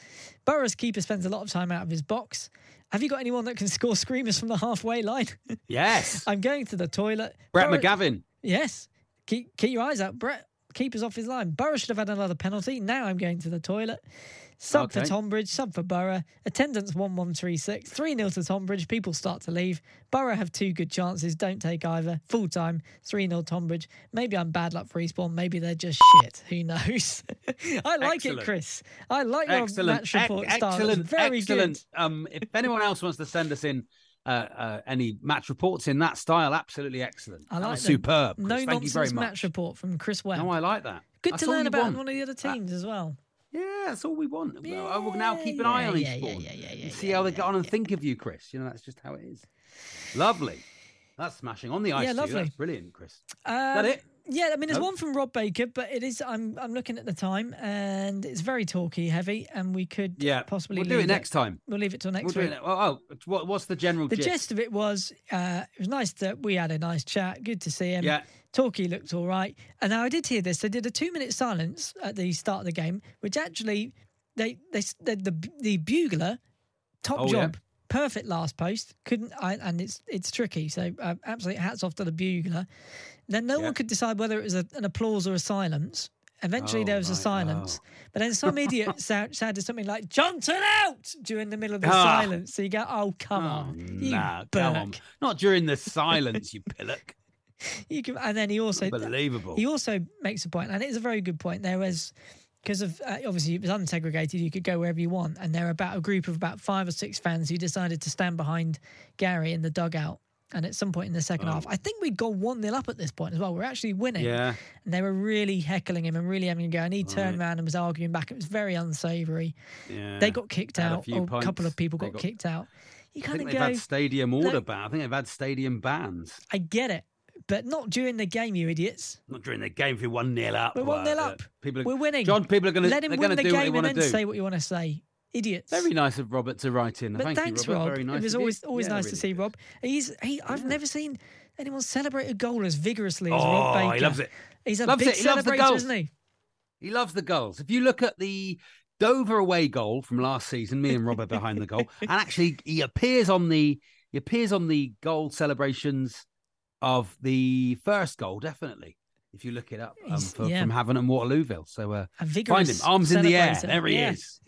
Speaker 2: Borough's keeper spends a lot of time out of his box. Have you got anyone that can score screamers from the halfway line?
Speaker 1: Yes.
Speaker 2: I'm going to the toilet.
Speaker 1: Brett
Speaker 2: Borough-
Speaker 1: McGavin.
Speaker 2: Yes. Keep keep your eyes out, Brett. Keeper's off his line. Borough should have had another penalty. Now I'm going to the toilet. Sub
Speaker 1: Okay.
Speaker 2: for Tonbridge, sub for Borough. Attendance 1136. 3 0 to Tonbridge. People start to leave. Borough have two good chances. Don't take either. Full time, 3 0 Tonbridge. Maybe I'm bad luck for Respawn. Maybe they're just shit. Who knows? I like
Speaker 1: Excellent.
Speaker 2: it, Chris. I like your
Speaker 1: excellent,
Speaker 2: match
Speaker 1: ec-
Speaker 2: report style. That's
Speaker 1: excellent,
Speaker 2: Very
Speaker 1: excellent.
Speaker 2: good.
Speaker 1: Um, if anyone else wants to send us in uh, uh, any match reports in that style, absolutely excellent.
Speaker 2: I
Speaker 1: That
Speaker 2: like
Speaker 1: was
Speaker 2: them.
Speaker 1: superb. Chris.
Speaker 2: No
Speaker 1: Thank
Speaker 2: nonsense
Speaker 1: you very much.
Speaker 2: match report from Chris Webb.
Speaker 1: No, I like that.
Speaker 2: Good
Speaker 1: That's
Speaker 2: to
Speaker 1: all
Speaker 2: learn
Speaker 1: you
Speaker 2: about
Speaker 1: want.
Speaker 2: one of the other
Speaker 1: That-
Speaker 2: teams as well.
Speaker 1: yeah, that's all we want. Well, I will now keep an eye
Speaker 2: Yeah,
Speaker 1: on each
Speaker 2: yeah, yeah,
Speaker 1: board
Speaker 2: yeah, yeah,
Speaker 1: and
Speaker 2: yeah,
Speaker 1: see
Speaker 2: yeah,
Speaker 1: how they
Speaker 2: yeah,
Speaker 1: get on and think of you, Chris. You know, that's just how it is. Lovely. That's smashing on the ice.
Speaker 2: Yeah,
Speaker 1: too.
Speaker 2: lovely.
Speaker 1: That's brilliant, Chris.
Speaker 2: Um,
Speaker 1: that it?
Speaker 2: Yeah, I mean, there's
Speaker 1: No?
Speaker 2: one from Rob Baker, but it is. I'm I'm looking at the time, and it's very talky heavy, and we could
Speaker 1: Yeah.
Speaker 2: possibly
Speaker 1: We'll do
Speaker 2: leave
Speaker 1: it next time.
Speaker 2: We'll leave it till next
Speaker 1: We'll
Speaker 2: week.
Speaker 1: do it. Oh, oh, what, what's the general
Speaker 2: The
Speaker 1: gist?
Speaker 2: gist of it was, uh, it was nice that we had a nice chat. Good to see him.
Speaker 1: Yeah.
Speaker 2: Talkie looked all right. And now I did hear this. They did a two-minute silence at the start of the game, which actually, they they, s- the the, the bugler, top
Speaker 1: Oh, yeah.
Speaker 2: job, perfect last post. Couldn't I? And it's it's tricky. So uh, absolute hats off to the bugler. Then no
Speaker 1: Yeah.
Speaker 2: one could decide whether it was a, an applause or a silence. Eventually,
Speaker 1: Oh,
Speaker 2: there was a
Speaker 1: right.
Speaker 2: silence, but then some idiot sa- shouted something like "Johnson out" during the middle of the
Speaker 1: Ah.
Speaker 2: silence. So you go, "Oh come
Speaker 1: Oh,
Speaker 2: on, you
Speaker 1: nah, come on.
Speaker 2: Burke.
Speaker 1: Not during the silence, you pillock.
Speaker 2: You can, and then he also
Speaker 1: Unbelievable.
Speaker 2: He also makes a point, and it's a very good point. There was because of uh, obviously it was unsegregated; you could go wherever you want. And there are about a group of about five or six fans who decided to stand behind Gary in the dugout. And at some point in the second half, I think we'd gone one 0 up at this point as well. We're actually winning,
Speaker 1: Oh. Yeah.
Speaker 2: and they were really heckling him and really having a go. And he turned around and was arguing back. It was very unsavoury.
Speaker 1: Yeah.
Speaker 2: They got kicked
Speaker 1: Had a
Speaker 2: out.
Speaker 1: few
Speaker 2: or A, couple
Speaker 1: pints.
Speaker 2: of people
Speaker 1: They
Speaker 2: got, kicked out. You
Speaker 1: I
Speaker 2: kind
Speaker 1: think
Speaker 2: of
Speaker 1: they've
Speaker 2: go.
Speaker 1: had stadium order
Speaker 2: like-
Speaker 1: ban. I think they've had stadium bans.
Speaker 2: I get it, but not during the game, you idiots.
Speaker 1: Not during the game if you're one 0 up.
Speaker 2: We're one 0
Speaker 1: uh,
Speaker 2: up.
Speaker 1: People are,
Speaker 2: We're winning.
Speaker 1: John, people are going to
Speaker 2: let him
Speaker 1: they're
Speaker 2: win
Speaker 1: gonna
Speaker 2: the
Speaker 1: do what they
Speaker 2: game and
Speaker 1: want to
Speaker 2: then
Speaker 1: do.
Speaker 2: say what you want to say. Idiots.
Speaker 1: Very nice of Robert to write in.
Speaker 2: But
Speaker 1: Thank
Speaker 2: thanks,
Speaker 1: you, Robert.
Speaker 2: Rob.
Speaker 1: Very nice.
Speaker 2: it was
Speaker 1: of you.
Speaker 2: always always
Speaker 1: Yeah,
Speaker 2: nice to
Speaker 1: really
Speaker 2: see
Speaker 1: good.
Speaker 2: Rob. He's he. I've never seen anyone celebrate a goal as vigorously as
Speaker 1: Oh,
Speaker 2: Rob Baker.
Speaker 1: he loves it.
Speaker 2: He's a
Speaker 1: Loves
Speaker 2: big
Speaker 1: it. He loves the
Speaker 2: celebrator,
Speaker 1: goals.
Speaker 2: isn't he?
Speaker 1: He loves the goals. If you look at the Dover away goal from last season, me and Rob are behind the goal, and actually he appears on the he appears on the goal celebrations of the first goal, definitely. If you look it up um,
Speaker 2: He's-
Speaker 1: for,
Speaker 2: yeah.
Speaker 1: from Havant and Waterlooville, so uh,
Speaker 2: A
Speaker 1: find
Speaker 2: vigorous.
Speaker 1: him, arms in the air.
Speaker 2: celebrator.
Speaker 1: There he
Speaker 2: Yeah.
Speaker 1: is.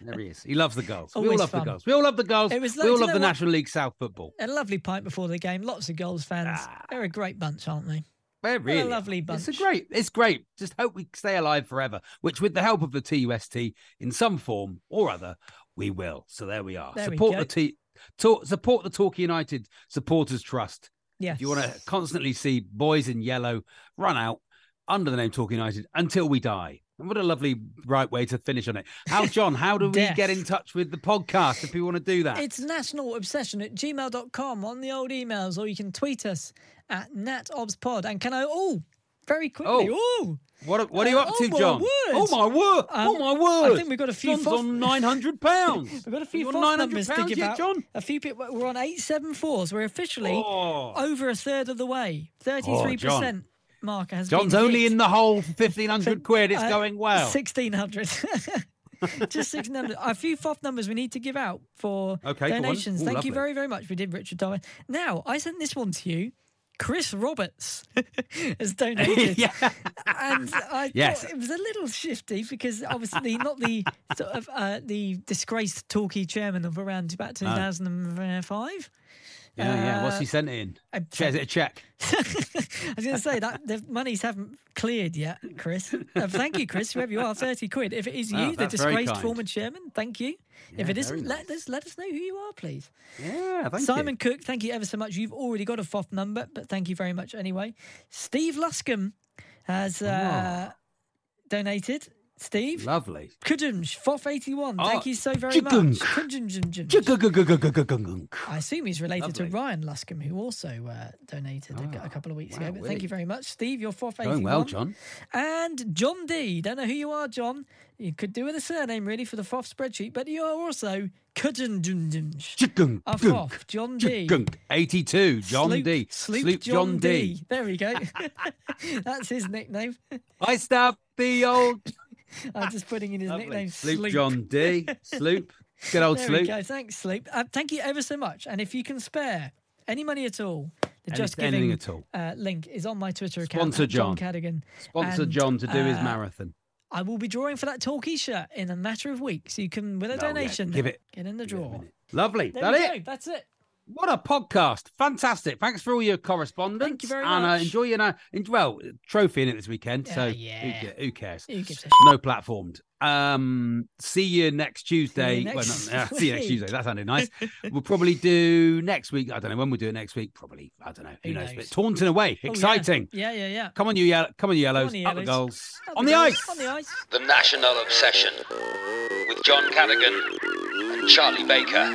Speaker 1: There he is. He loves the goals. we all
Speaker 2: Always
Speaker 1: love
Speaker 2: fun.
Speaker 1: the goals. We all love the goals.
Speaker 2: It was
Speaker 1: we
Speaker 2: like-
Speaker 1: all
Speaker 2: do you
Speaker 1: love the
Speaker 2: know what?
Speaker 1: National League South football.
Speaker 2: A lovely pint before the game. Lots of goals fans.
Speaker 1: Ah.
Speaker 2: They're a great bunch, aren't they?
Speaker 1: They're
Speaker 2: What a
Speaker 1: really are.
Speaker 2: lovely bunch.
Speaker 1: It's a great. It's great. Just hope we stay alive forever. Which, with the help of the TUST, in some form or other, we will. So there we are.
Speaker 2: There we
Speaker 1: support
Speaker 2: go.
Speaker 1: the T. Talk, support the Torquay United Supporters Trust.
Speaker 2: Yes.
Speaker 1: If you want to constantly see boys in yellow run out under the name Torquay United until we die. And what a lovely right way to finish on it. How, John, how do we
Speaker 2: Death.
Speaker 1: get in touch with the podcast if we want to do that?
Speaker 2: It's national obsession at gmail.com on the old emails, or you can tweet us at natobspod. And can I, oh, very quickly, oh,
Speaker 1: What, are- what are you
Speaker 2: Uh,
Speaker 1: up
Speaker 2: oh
Speaker 1: to,
Speaker 2: my
Speaker 1: John?
Speaker 2: word.
Speaker 1: Oh my word! oh
Speaker 2: Um,
Speaker 1: my word!
Speaker 2: I think we've got a few
Speaker 1: John's
Speaker 2: fourth-
Speaker 1: on nine hundred pounds.
Speaker 2: we've got a few
Speaker 1: you on
Speaker 2: false
Speaker 1: 900
Speaker 2: numbers to
Speaker 1: pounds
Speaker 2: give
Speaker 1: yet,
Speaker 2: out.
Speaker 1: John.
Speaker 2: A few people, we're on 874s. We're officially
Speaker 1: Oh.
Speaker 2: over a third of the way. 33% marker has
Speaker 1: John's
Speaker 2: been
Speaker 1: only
Speaker 2: hit.
Speaker 1: in the hole for fifteen hundred quid. It's
Speaker 2: Uh,
Speaker 1: going well.
Speaker 2: 1600. Just 1600. A few FOF numbers we need to give out for
Speaker 1: Okay, go on.
Speaker 2: donations.
Speaker 1: Ooh,
Speaker 2: Thank
Speaker 1: lovely.
Speaker 2: you very, very much. We did Richard Darwin. Now, I sent this one to you. Chris Roberts has donated.
Speaker 1: Yeah.
Speaker 2: And I
Speaker 1: Yes.
Speaker 2: thought it was a little shifty because obviously not the sort of uh, the disgraced Torquay chairman of around about 2005.
Speaker 1: yeah, yeah. What's
Speaker 2: uh,
Speaker 1: he sent in?
Speaker 2: I-
Speaker 1: Che- Is it a check?
Speaker 2: I was going to say that the monies haven't cleared yet, Chris. Uh, thank you, Chris, whoever you are. Thirty quid. If it is you,
Speaker 1: Oh,
Speaker 2: the
Speaker 1: that's very
Speaker 2: disgraced
Speaker 1: kind.
Speaker 2: former chairman, thank you. if it
Speaker 1: very
Speaker 2: isn't, let
Speaker 1: nice.
Speaker 2: us let us know who you are, please.
Speaker 1: Yeah, thank
Speaker 2: Simon
Speaker 1: you.
Speaker 2: Cook, thank you ever so much. You've already got a FOF number, but thank you very much anyway. Steve Luscombe has
Speaker 1: Ah.
Speaker 2: uh, donated. Steve.
Speaker 1: Lovely.
Speaker 2: Kudunj, FOF81,
Speaker 1: Oh,
Speaker 2: thank you so very
Speaker 1: Chikung.
Speaker 2: much. Kudunj.
Speaker 1: Jugugugugugugugugunk.
Speaker 2: I assume he's related to
Speaker 1: Lovely. Ah,
Speaker 2: Ryan Luscombe, who also uh, donated a, cou- a couple of weeks ago.
Speaker 1: wow,
Speaker 2: But
Speaker 1: really?
Speaker 2: thank you very much, Steve. You're fourth.
Speaker 1: Going well, John.
Speaker 2: And John D. Don't know who you are, John. You could do with a surname really for the FOF spreadsheet, but you are also Kudundunj.
Speaker 1: Jugunk.
Speaker 2: A FOF, John D.
Speaker 1: Jugunk. Eighty-two. John
Speaker 2: Sloop-
Speaker 1: D.
Speaker 2: Sloop,
Speaker 1: Sloop
Speaker 2: John D. There we go. That's his nickname.
Speaker 1: I stabbed the old.
Speaker 2: I'm just putting in his nickname.
Speaker 1: Sloop John D. Sloop. Good old
Speaker 2: There we
Speaker 1: Sloop.
Speaker 2: go. Thanks, Sleep. Uh, thank you ever so much. And if you can spare any money at all, The
Speaker 1: Any-
Speaker 2: Just
Speaker 1: anything
Speaker 2: Giving
Speaker 1: at all.
Speaker 2: Uh, link is on my Twitter account.
Speaker 1: Sponsor
Speaker 2: at John.
Speaker 1: John.
Speaker 2: Cadogan.
Speaker 1: Sponsor
Speaker 2: And,
Speaker 1: John to do his
Speaker 2: uh,
Speaker 1: marathon.
Speaker 2: I will be drawing for that talkie shirt in a matter of weeks. You can, with a
Speaker 1: No, yeah,
Speaker 2: donation,
Speaker 1: give it-
Speaker 2: get in the
Speaker 1: Give it a
Speaker 2: draw.
Speaker 1: minute. Lovely.
Speaker 2: There
Speaker 1: That
Speaker 2: we
Speaker 1: it.
Speaker 2: go. That's it. Oh,
Speaker 1: What a podcast! Fantastic. Thanks for all your correspondence.
Speaker 2: Thank you very
Speaker 1: and,
Speaker 2: much.
Speaker 1: Uh, enjoy your now. Well, trophy in it this weekend. so
Speaker 2: Ah,
Speaker 1: who,
Speaker 2: yeah.
Speaker 1: ca- who cares?
Speaker 2: Who gives a
Speaker 1: no platformed. Um, see you next Tuesday.
Speaker 2: you next
Speaker 1: well, not, uh, see you next
Speaker 2: week.
Speaker 1: Tuesday. That sounded nice. we'll probably do next week. I don't know when we'll do it next week. Probably I don't know. Who,
Speaker 2: Who
Speaker 1: knows?
Speaker 2: knows?
Speaker 1: But Taunton away,
Speaker 2: Oh, yeah.
Speaker 1: exciting.
Speaker 2: yeah, yeah, yeah.
Speaker 1: Come on, you yellow. Come on, you yellows.
Speaker 2: you
Speaker 1: Up the
Speaker 2: yellows.
Speaker 1: goals.
Speaker 2: Up
Speaker 1: on the
Speaker 2: goals,
Speaker 1: ice.
Speaker 2: On the ice.
Speaker 3: The National Obsession with John Cadogan and Charlie Baker.